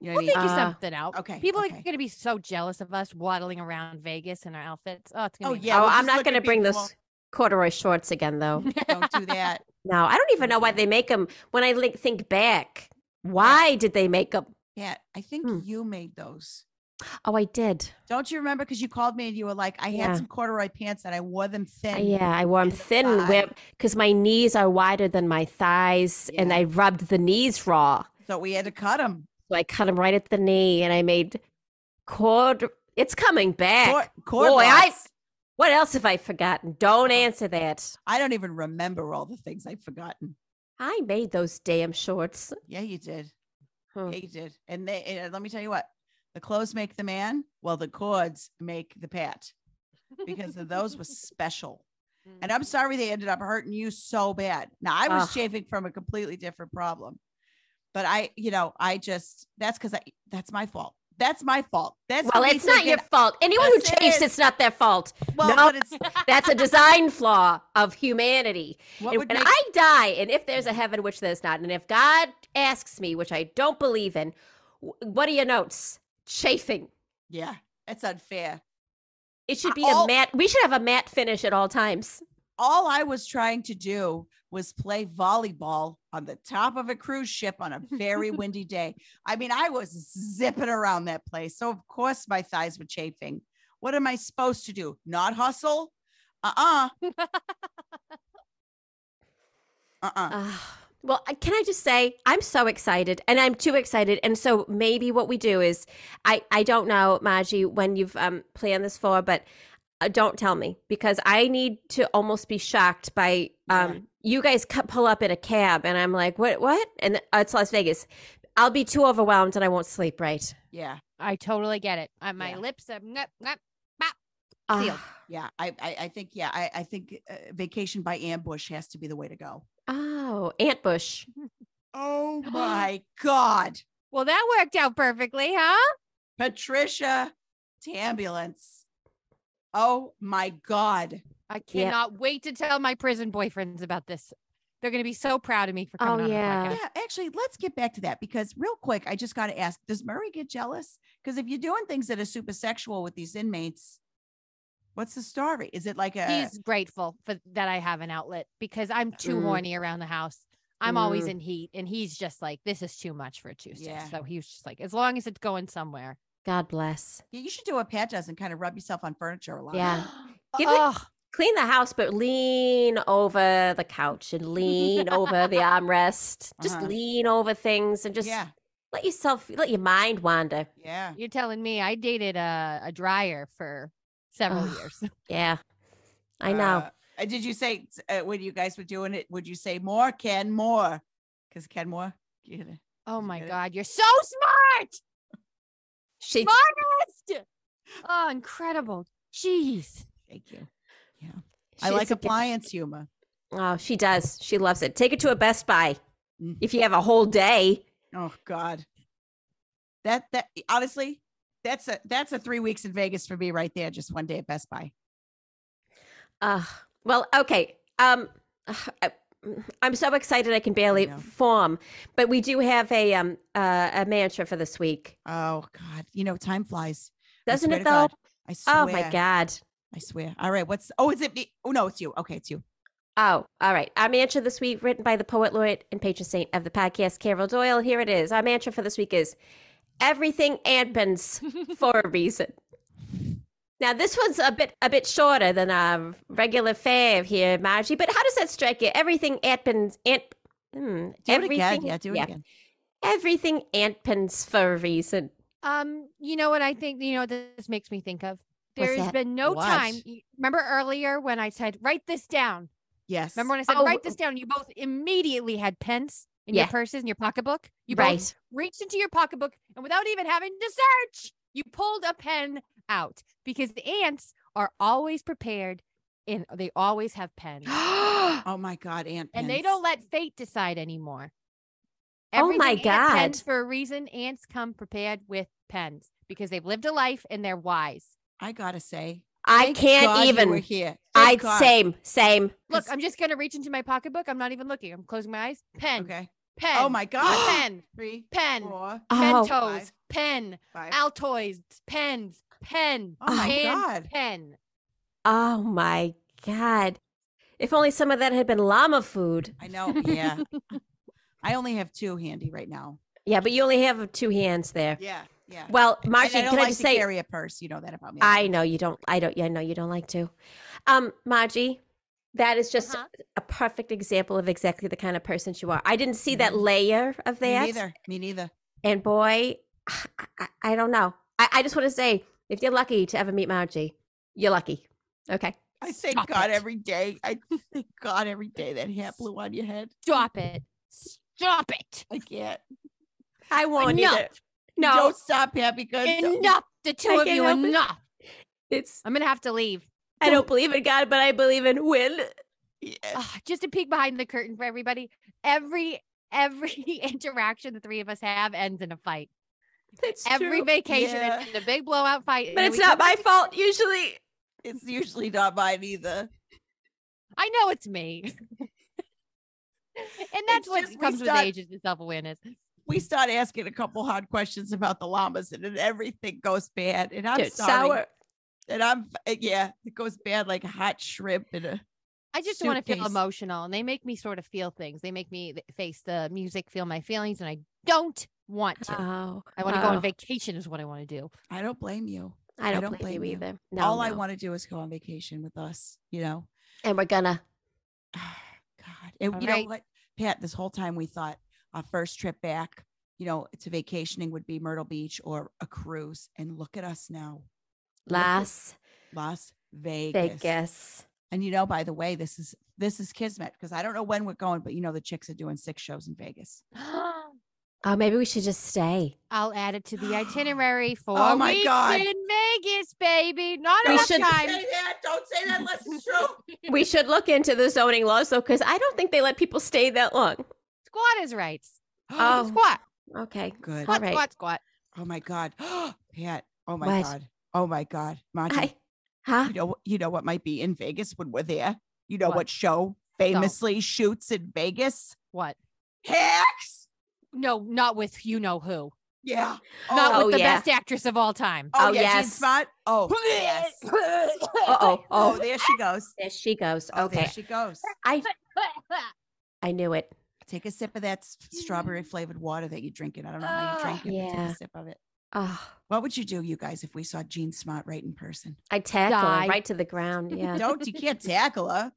Speaker 2: you know what
Speaker 4: We'll figure
Speaker 2: I mean?
Speaker 3: Uh,
Speaker 4: something out.
Speaker 2: okay,
Speaker 4: People are
Speaker 2: okay.
Speaker 4: going to be so jealous of us waddling around Vegas in our outfits. Oh, it's gonna
Speaker 2: Oh,
Speaker 4: be
Speaker 2: Yeah,
Speaker 3: oh,
Speaker 2: we'll
Speaker 3: I'm
Speaker 2: just
Speaker 3: not
Speaker 2: look at
Speaker 3: gonna bring
Speaker 2: people
Speaker 3: those
Speaker 2: all-
Speaker 3: corduroy shorts again, though.
Speaker 2: don't do that
Speaker 3: no, I don't even know why they make them. When I like, think back, why did they make them?
Speaker 2: yeah i think
Speaker 3: Hmm.
Speaker 2: you made those
Speaker 3: Oh, I did.
Speaker 2: Don't you remember? Because you called me and you were like, I
Speaker 3: Yeah.
Speaker 2: had some corduroy pants and I wore them
Speaker 3: Uh,
Speaker 2: thin.
Speaker 3: Yeah, I wore them
Speaker 2: and the
Speaker 3: thin
Speaker 2: thigh.
Speaker 3: because my knees are wider than my thighs, and
Speaker 2: Yeah.
Speaker 3: I rubbed the knees raw.
Speaker 2: So we had to cut them.
Speaker 3: So I cut them right at the knee, and I made cord. It's coming back.
Speaker 2: Cord,
Speaker 3: Boy, I-
Speaker 2: rods.
Speaker 3: What else have I forgotten? Don't
Speaker 2: Oh.
Speaker 3: answer that.
Speaker 2: I don't even remember all the things I've forgotten.
Speaker 3: I made those damn shorts.
Speaker 2: Yeah, you did.
Speaker 3: Huh.
Speaker 2: Yeah, you did. And they and uh, let me tell you what, the clothes make the man. Well, the cords make the pat because those were special. And I'm sorry they ended up hurting you so bad. Now I was
Speaker 3: Mm. Ugh.
Speaker 2: chafing from a completely different problem. But I, you know, I just that's because I that's my fault. That's my fault. That's
Speaker 3: Well,
Speaker 2: me
Speaker 3: it's not your
Speaker 2: thinking-
Speaker 3: fault. Anyone who
Speaker 2: Yes, it
Speaker 3: chafes,
Speaker 2: is.
Speaker 3: it's not their fault.
Speaker 2: well,
Speaker 3: no.
Speaker 2: but it's
Speaker 3: That's a design flaw of humanity.
Speaker 2: what
Speaker 3: And
Speaker 2: would
Speaker 3: when
Speaker 2: make
Speaker 3: I die, and if there's a heaven, which there's not, and if God asks me, which I don't believe in, wh- what are your notes? Chafing.
Speaker 2: Yeah, it's unfair.
Speaker 3: It should be
Speaker 2: all-
Speaker 3: a matte. We should have a matte finish at all times.
Speaker 2: All I was trying to do was play volleyball on the top of a cruise ship on a very windy day. I mean, I was zipping around that place. So, of course, my thighs were chafing. What am I supposed to do? Not hustle? Uh uh-uh. uh. Uh uh.
Speaker 3: Ah, well, I- can I just say I'm so excited, and I'm too excited, and so maybe what we do is I I don't know, Margie, when you've um planned this for, but uh, don't tell me because I need to almost be shocked by
Speaker 2: Yeah.
Speaker 3: um you guys cu- pull up in a cab, and I'm like, what what? And uh, it's Las Vegas. I'll be too overwhelmed and I won't sleep right.
Speaker 2: Yeah.
Speaker 4: I totally get it. Uh, my
Speaker 2: Yeah.
Speaker 4: lips are. Nup, nup. Sealed.
Speaker 3: Ah,
Speaker 2: Yeah. I, I, I think, yeah, I, I think uh, vacation by ambush has to be the way to go.
Speaker 3: ah, Oh, ant bush.
Speaker 2: Oh my God.
Speaker 4: Well, that worked out perfectly, huh?
Speaker 2: Patricia to ambulance. Oh my God.
Speaker 4: I cannot wait to tell my prison boyfriends about this. They're going to be so proud of me for
Speaker 3: Oh,
Speaker 4: coming on
Speaker 3: yeah.
Speaker 4: the
Speaker 2: Yeah,
Speaker 4: podcast.
Speaker 2: actually, let's get back to that because real quick, I just got to ask: Does Murray get jealous? Because if you're doing things that are super sexual with these inmates, what's the story? Is it like a
Speaker 4: He's grateful for that I have an outlet because I'm too
Speaker 3: Mm.
Speaker 4: horny around the house. I'm always
Speaker 3: Mm.
Speaker 4: in heat, and he's just like, "This is too much for Tuesday."
Speaker 2: Yeah.
Speaker 4: So he was just like, "As long as it's going somewhere."
Speaker 3: God bless.
Speaker 2: Yeah, you should do what Pat does and kind of rub yourself on furniture a lot.
Speaker 3: Yeah. Give it-
Speaker 4: oh,
Speaker 3: Clean the house, but lean over the couch and lean over the armrest. Just
Speaker 2: Uh-huh.
Speaker 3: lean over things and just
Speaker 2: yeah,
Speaker 3: let yourself, let your mind wander.
Speaker 2: yeah.
Speaker 4: you're telling me I dated a, a dryer for several
Speaker 3: Ugh.
Speaker 4: years.
Speaker 3: Yeah. I know.
Speaker 2: Uh, and did you say uh, when you guys were doing it? Would you say more, Ken, more? Because Ken Moore, you know,
Speaker 4: Oh
Speaker 2: you
Speaker 4: my
Speaker 2: get it?
Speaker 4: God, you're so smart!
Speaker 3: She
Speaker 4: Smartest! Oh, incredible. Jeez.
Speaker 2: thank you. I
Speaker 3: she's
Speaker 2: like
Speaker 3: a gift.
Speaker 2: appliance humor.
Speaker 3: Oh, she does. She loves it. Take it to a Best Buy.
Speaker 2: Mm.
Speaker 3: If you have a whole day,
Speaker 2: Oh God, that that honestly, that's a that's a three weeks in Vegas for me right there. Just one day at Best Buy.
Speaker 3: Uh, well, okay. Um, I, I'm so excited I can barely
Speaker 2: know.
Speaker 3: form, but we do have a um uh, a mantra for this week,
Speaker 2: Oh God, you know time flies. I
Speaker 3: doesn't
Speaker 2: swear to
Speaker 3: it though?
Speaker 2: God. I swear.
Speaker 3: Oh my God!
Speaker 2: I swear. All right. What's? Oh, is it me? Oh no, it's you. Okay, it's you.
Speaker 3: Oh, all right. Our mantra this week, written by the poet laureate and patron saint of the podcast, Carol Doyle. Here it is. Our mantra for this week is "Everything happens for a reason." Now, this one's a bit a bit shorter than our regular fave here, Margie. But how does that strike you? Everything happens. And, hmm,
Speaker 2: Do
Speaker 3: everything,
Speaker 2: it again. Yeah, do it again.
Speaker 3: Everything antpins for a reason.
Speaker 4: Um, you know what I think? You know what this makes me think of?
Speaker 3: What's
Speaker 4: There's
Speaker 3: that?
Speaker 4: been no
Speaker 2: What?
Speaker 4: time. y- Remember earlier when I said write this down?
Speaker 2: Yes.
Speaker 4: Remember when I said
Speaker 3: Oh.
Speaker 4: write this down? You both immediately had pens in
Speaker 3: Yeah.
Speaker 4: your purses in your pocketbook. You
Speaker 3: right.
Speaker 4: both reached into your pocketbook and without even having to search, you pulled a pen out because the ants are always prepared and they always have pens.
Speaker 2: oh my God, Aunt.
Speaker 4: and they don't let fate decide anymore.
Speaker 3: Oh my
Speaker 4: Everything ant Pens
Speaker 3: God.
Speaker 4: for a reason. Ants come prepared with pens because they've lived a life and they're wise.
Speaker 2: I gotta say.
Speaker 3: I
Speaker 2: thank
Speaker 3: can't
Speaker 2: God you We're
Speaker 3: even.
Speaker 2: here. Thank
Speaker 3: I
Speaker 2: God.
Speaker 3: same, same.
Speaker 4: Look,
Speaker 2: 'Cause-
Speaker 4: I'm just gonna reach into my pocketbook. I'm not even looking. I'm closing my eyes. Pen,
Speaker 2: Okay.
Speaker 4: pen.
Speaker 2: Oh my God.
Speaker 4: pen,
Speaker 2: Three,
Speaker 4: pen,
Speaker 2: four,
Speaker 3: Oh,
Speaker 4: Mentos,
Speaker 2: Five.
Speaker 4: pen,
Speaker 2: five.
Speaker 4: Altoids, pens, pen,
Speaker 2: Oh my
Speaker 4: and
Speaker 2: God.
Speaker 4: pen.
Speaker 3: oh my god! If only some of that had been llama food.
Speaker 2: I know. Yeah. I only have two handy right now.
Speaker 3: Yeah, but you only have two hands there.
Speaker 2: Yeah. Yeah.
Speaker 3: Well,
Speaker 2: And
Speaker 3: Margie,
Speaker 2: I don't
Speaker 3: can
Speaker 2: like
Speaker 3: I just
Speaker 2: to
Speaker 3: say?
Speaker 2: carry a purse. You know that about me.
Speaker 3: I know you don't. I don't. Yeah, I know you don't like to. Um, Margie, that is just
Speaker 4: Uh-huh.
Speaker 3: a perfect example of exactly the kind of person you are. I didn't see that layer of
Speaker 2: Mm-hmm. Me
Speaker 3: that.
Speaker 2: neither. Me neither.
Speaker 3: And boy, I, I, I don't know. I, I just want to say, if you're lucky to ever meet Margie, you're lucky. Okay.
Speaker 2: I thank
Speaker 4: Stop
Speaker 2: God
Speaker 4: it.
Speaker 2: every day. I thank God every day that hat blew on your head.
Speaker 4: Stop it. Stop it.
Speaker 2: I can't.
Speaker 3: I won't
Speaker 4: Enough.
Speaker 3: either. No,
Speaker 2: Don't stop, Happy Good.
Speaker 4: Enough. The two
Speaker 3: I
Speaker 4: of you.
Speaker 3: can't help it.
Speaker 4: Enough.
Speaker 3: it's
Speaker 4: I'm gonna have to leave.
Speaker 3: I don't believe in God, but I believe in Will.
Speaker 2: eh,
Speaker 4: Ugh, just a peek behind the curtain for everybody. Every every interaction the three of us have ends in a fight.
Speaker 3: It's
Speaker 4: every
Speaker 3: true.
Speaker 4: vacation
Speaker 2: Yeah.
Speaker 4: ends in a big blowout fight. and
Speaker 3: but
Speaker 4: then
Speaker 3: it's
Speaker 4: we
Speaker 3: not
Speaker 4: come
Speaker 3: my
Speaker 4: back-
Speaker 3: fault usually.
Speaker 2: It's usually not mine either.
Speaker 4: I know it's me. and that's
Speaker 2: just we
Speaker 4: what comes with
Speaker 2: start-
Speaker 4: age is the self awareness.
Speaker 2: We start asking a couple hard questions about the llamas, and then everything goes bad. And I'm
Speaker 3: Dude,
Speaker 2: sorry.
Speaker 3: sour.
Speaker 2: And I'm eh, yeah, it goes bad like hot shrimp and a
Speaker 4: I just want to feel
Speaker 2: Suitcase.
Speaker 4: emotional, and they make me sort of feel things. They make me th- face the music, feel my feelings, and I don't want to.
Speaker 3: Oh,
Speaker 4: I want to go
Speaker 3: oh.
Speaker 4: on vacation is what I want to do.
Speaker 2: I don't blame you.
Speaker 3: I don't,
Speaker 2: don't
Speaker 3: blame
Speaker 2: blame
Speaker 3: you
Speaker 2: you.
Speaker 3: either. No,
Speaker 2: All I
Speaker 3: no.
Speaker 2: want to do is go on vacation with us, you know.
Speaker 3: and we're gonna.
Speaker 2: God. And
Speaker 4: All
Speaker 2: you
Speaker 4: right.
Speaker 2: know what, Pat, this whole time we thought our first trip back, you know, to vacationing would be Myrtle Beach or a cruise. And look at us now.
Speaker 3: Las
Speaker 2: Las
Speaker 3: Vegas.
Speaker 2: Vegas. And you know, by the way, this is this is Kismet because I don't know when we're going, but you know the chicks are doing six shows in Vegas.
Speaker 3: Oh, maybe we should just stay.
Speaker 4: I'll add it to the itinerary for
Speaker 2: Oh my
Speaker 4: weeks
Speaker 2: God.
Speaker 4: in Vegas, baby. Not
Speaker 3: We
Speaker 4: enough
Speaker 3: should-
Speaker 4: time.
Speaker 2: that. Don't say that unless it's true.
Speaker 3: We should look into the zoning laws though, because I don't think they let people stay that long.
Speaker 4: Squatters' rights.
Speaker 3: Oh.
Speaker 4: Squat,
Speaker 3: Okay.
Speaker 2: good.
Speaker 3: All
Speaker 4: squat,
Speaker 3: right.
Speaker 4: squat, squat.
Speaker 2: Oh my God. Pat. Oh my
Speaker 3: What?
Speaker 2: God. Oh my God. Monty,
Speaker 3: I, huh?
Speaker 2: you know what- you know what might be in Vegas when we're there. You know what,
Speaker 4: What?
Speaker 2: show famously shoots in Vegas?
Speaker 4: What?
Speaker 2: Hicks.
Speaker 4: No, not with you know who.
Speaker 2: Yeah.
Speaker 4: Not
Speaker 2: oh,
Speaker 3: Oh,
Speaker 4: with the
Speaker 3: yeah.
Speaker 4: best actress of all time.
Speaker 2: oh,
Speaker 3: Oh,
Speaker 2: yeah, Jean
Speaker 3: yes.
Speaker 2: Spot. Oh yes.
Speaker 3: oh,
Speaker 2: Oh,
Speaker 3: oh.
Speaker 2: there she goes.
Speaker 3: There she goes.
Speaker 2: Oh,
Speaker 3: okay.
Speaker 2: there she goes.
Speaker 3: I I knew it.
Speaker 2: Take a sip of that s- strawberry flavored water that you're drinking. I don't know how you drink it. but Take
Speaker 3: Yeah.
Speaker 2: a sip of it.
Speaker 3: Oh,
Speaker 2: What would you do, you guys, if we saw Jean Smart right in person?
Speaker 3: I tackle
Speaker 4: Die.
Speaker 3: her right to the ground. Yeah.
Speaker 2: Don't you can't tackle her.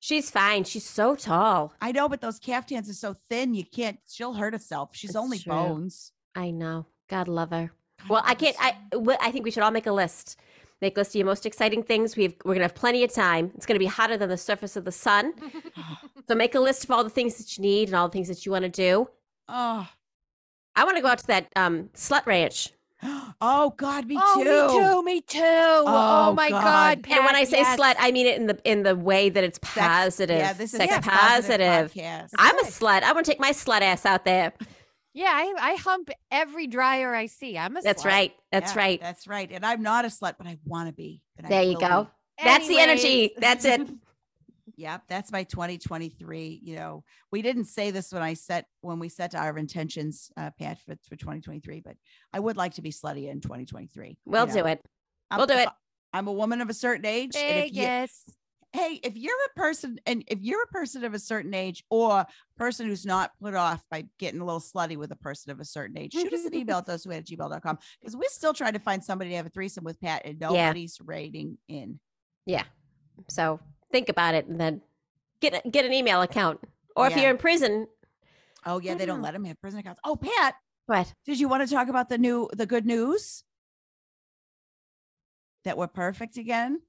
Speaker 3: She's fine. She's so tall.
Speaker 2: I know, but those caftans are so thin. You can't. She'll hurt herself. She's
Speaker 3: That's
Speaker 2: only
Speaker 3: true.
Speaker 2: bones.
Speaker 3: I know. God love her.
Speaker 2: God,
Speaker 3: Well,
Speaker 2: love
Speaker 3: I
Speaker 2: her
Speaker 3: can't.
Speaker 2: so
Speaker 3: I well, I think we should all make a list. Make a list of your most exciting things. We've we're gonna have plenty of time. It's gonna be hotter than the surface of the sun. So make a list of all the things that you need and all the things that you want to do.
Speaker 2: Oh,
Speaker 3: I want to go out to that um, slut ranch.
Speaker 2: oh God, me
Speaker 4: oh,
Speaker 2: too.
Speaker 4: me too. Me too. Oh,
Speaker 2: Oh,
Speaker 4: my God.
Speaker 2: God.
Speaker 3: and when
Speaker 4: Pat,
Speaker 3: I say
Speaker 4: yes.
Speaker 3: slut, I mean it in the in the way that it's
Speaker 2: Sex-
Speaker 3: positive.
Speaker 2: Yeah, this is
Speaker 3: sex
Speaker 2: a
Speaker 3: positive.
Speaker 2: podcast.
Speaker 3: I'm a
Speaker 4: Good.
Speaker 3: slut. I want to take my slut ass out there.
Speaker 4: yeah, I, I hump every dryer I see. I'm a.
Speaker 3: That's
Speaker 4: slut.
Speaker 3: right. That's
Speaker 2: Yeah,
Speaker 3: right.
Speaker 2: That's right. And I'm not a slut, but I want to be. and I
Speaker 3: there you
Speaker 2: will
Speaker 3: go.
Speaker 2: be.
Speaker 3: That's the energy.
Speaker 4: Anyways.
Speaker 3: That's it.
Speaker 2: Yep, that's my 2023. You know, we didn't say this when I set when we set our intentions, uh, Pat, for, for 2023, but I would like to be slutty in 2023.
Speaker 3: We'll do it.
Speaker 2: I'm,
Speaker 3: We'll do
Speaker 2: if
Speaker 3: it.
Speaker 2: I- I'm a woman of a certain age. And if you,
Speaker 4: Vegas. Oh
Speaker 2: hey, if you're a person and if you're a person of a certain age or a person who's not put off by getting a little slutty with a person of a certain age, shoot us an email at those at gmail.com because we're still trying to find somebody to have a threesome with Pat and nobody's rating in.
Speaker 3: Yeah. So think about it and then get a- get an email account. Or if
Speaker 2: Yeah.
Speaker 3: you're in prison,
Speaker 2: Oh, yeah, they don't
Speaker 3: Yeah.
Speaker 2: let them have prison accounts. Oh, Pat,
Speaker 3: what?
Speaker 2: did you want to talk about the new the good news? That we're perfect again.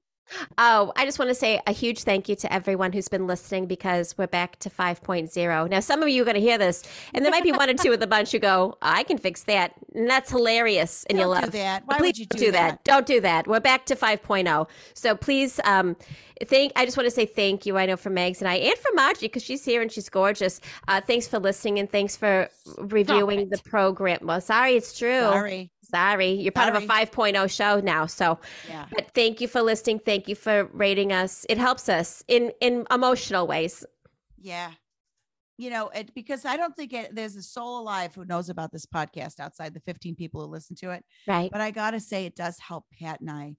Speaker 3: Oh, I just want to say a huge thank you to everyone who's been listening because we're back to 5.0. Now, some of you are going to hear this, and there might be one or two of the bunch who go, I can fix that. And that's hilarious. And
Speaker 2: Don't
Speaker 3: you'll love
Speaker 2: do that.
Speaker 3: But
Speaker 2: Why would
Speaker 3: please
Speaker 2: you
Speaker 3: don't
Speaker 2: do that?
Speaker 3: Don't do that. We're back to 5.0. So please, um, thank. I just want to say thank you. I know for Megs and I, and for Margie because she's here and she's gorgeous. Uh, thanks for listening and thanks for reviewing the program. Well, sorry, it's true. Sorry,
Speaker 2: Sorry.
Speaker 3: you're part of a
Speaker 2: Sorry.
Speaker 3: 5.0 show now. So,
Speaker 2: Yeah.
Speaker 3: but thank you for listening. Thank you for rating us. It helps us in in emotional ways.
Speaker 2: Yeah. You know, it, because I don't think it, there's a soul alive who knows about this podcast outside the 15 people who listen to it.
Speaker 3: Right.
Speaker 2: But I got to say, it does help Pat and I,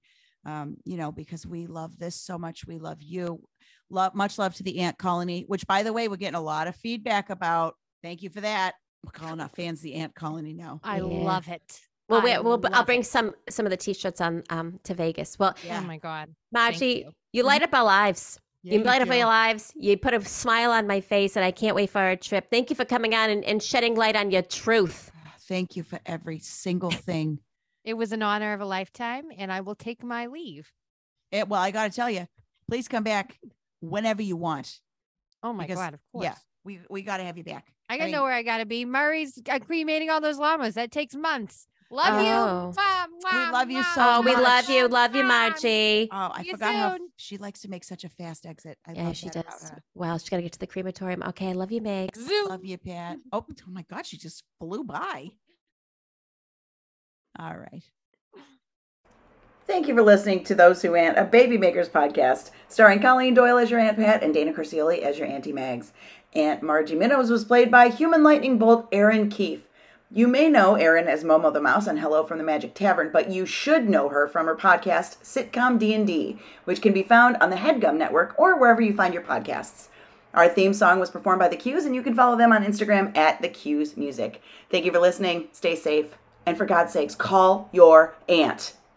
Speaker 2: um, you know, because we love this so much. We love you. Love much love to the ant colony, which by the way, we're getting a lot of feedback about. Thank you for that. We're calling our fans the ant colony now.
Speaker 4: I
Speaker 3: Yeah.
Speaker 4: love it.
Speaker 3: Well,
Speaker 4: I
Speaker 3: we, we'll I'll
Speaker 4: love
Speaker 3: bring
Speaker 4: it.
Speaker 3: some some of the t-shirts on um to Vegas. Well,
Speaker 2: Yeah.
Speaker 4: Oh my God.
Speaker 3: Margie,
Speaker 4: you.
Speaker 3: you. light up our lives. you light up
Speaker 4: do.
Speaker 3: our lives. You put a smile on my face, and I can't wait for our trip. Thank you for coming on and, and shedding light on your truth.
Speaker 2: Thank you for every single thing.
Speaker 4: It was an honor of a lifetime, and I will take my leave.
Speaker 2: It, well, I got to tell you, please come back whenever you want.
Speaker 4: Oh my
Speaker 2: Because-
Speaker 4: God. Of course.
Speaker 2: Yeah, we we got to have you back.
Speaker 4: I gotta
Speaker 2: mean,
Speaker 4: know where I gotta be. Murray's uh, cremating all those llamas. That takes months. Love
Speaker 3: Oh.
Speaker 4: you. Mwah, mwah,
Speaker 2: love you
Speaker 4: mwah,
Speaker 2: so
Speaker 3: Oh, we
Speaker 2: much.
Speaker 3: love you, love you,
Speaker 4: mwah.
Speaker 3: Margie.
Speaker 2: Oh, I
Speaker 4: See you
Speaker 2: forgot how
Speaker 4: soon.
Speaker 2: she likes to make such a fast exit. I
Speaker 3: yeah,
Speaker 2: love
Speaker 3: she
Speaker 2: that about
Speaker 3: does.
Speaker 2: her.
Speaker 3: Wow, she's got to get to the crematorium. Okay, I love you, Meg.
Speaker 4: Zoot.
Speaker 2: Love you, Pat. Oh, oh my God, she just flew by. All right.
Speaker 5: Thank you for listening to Those Who Ant, a Baby Makers podcast, starring Colleen Doyle as your Aunt Pat and Dana Corsioli as your Auntie Mags. Aunt Margie Minnows was played by human lightning bolt Aaron Keefe. You may know Erin as Momo the Mouse on Hello from the Magic Tavern, but you should know her from her podcast Sitcom D&D, which can be found on the HeadGum Network or wherever you find your podcasts. Our theme song was performed by The Q's, and you can follow them on Instagram at The Q's Music. Thank you for listening. Stay safe. And for God's sakes, call your aunt.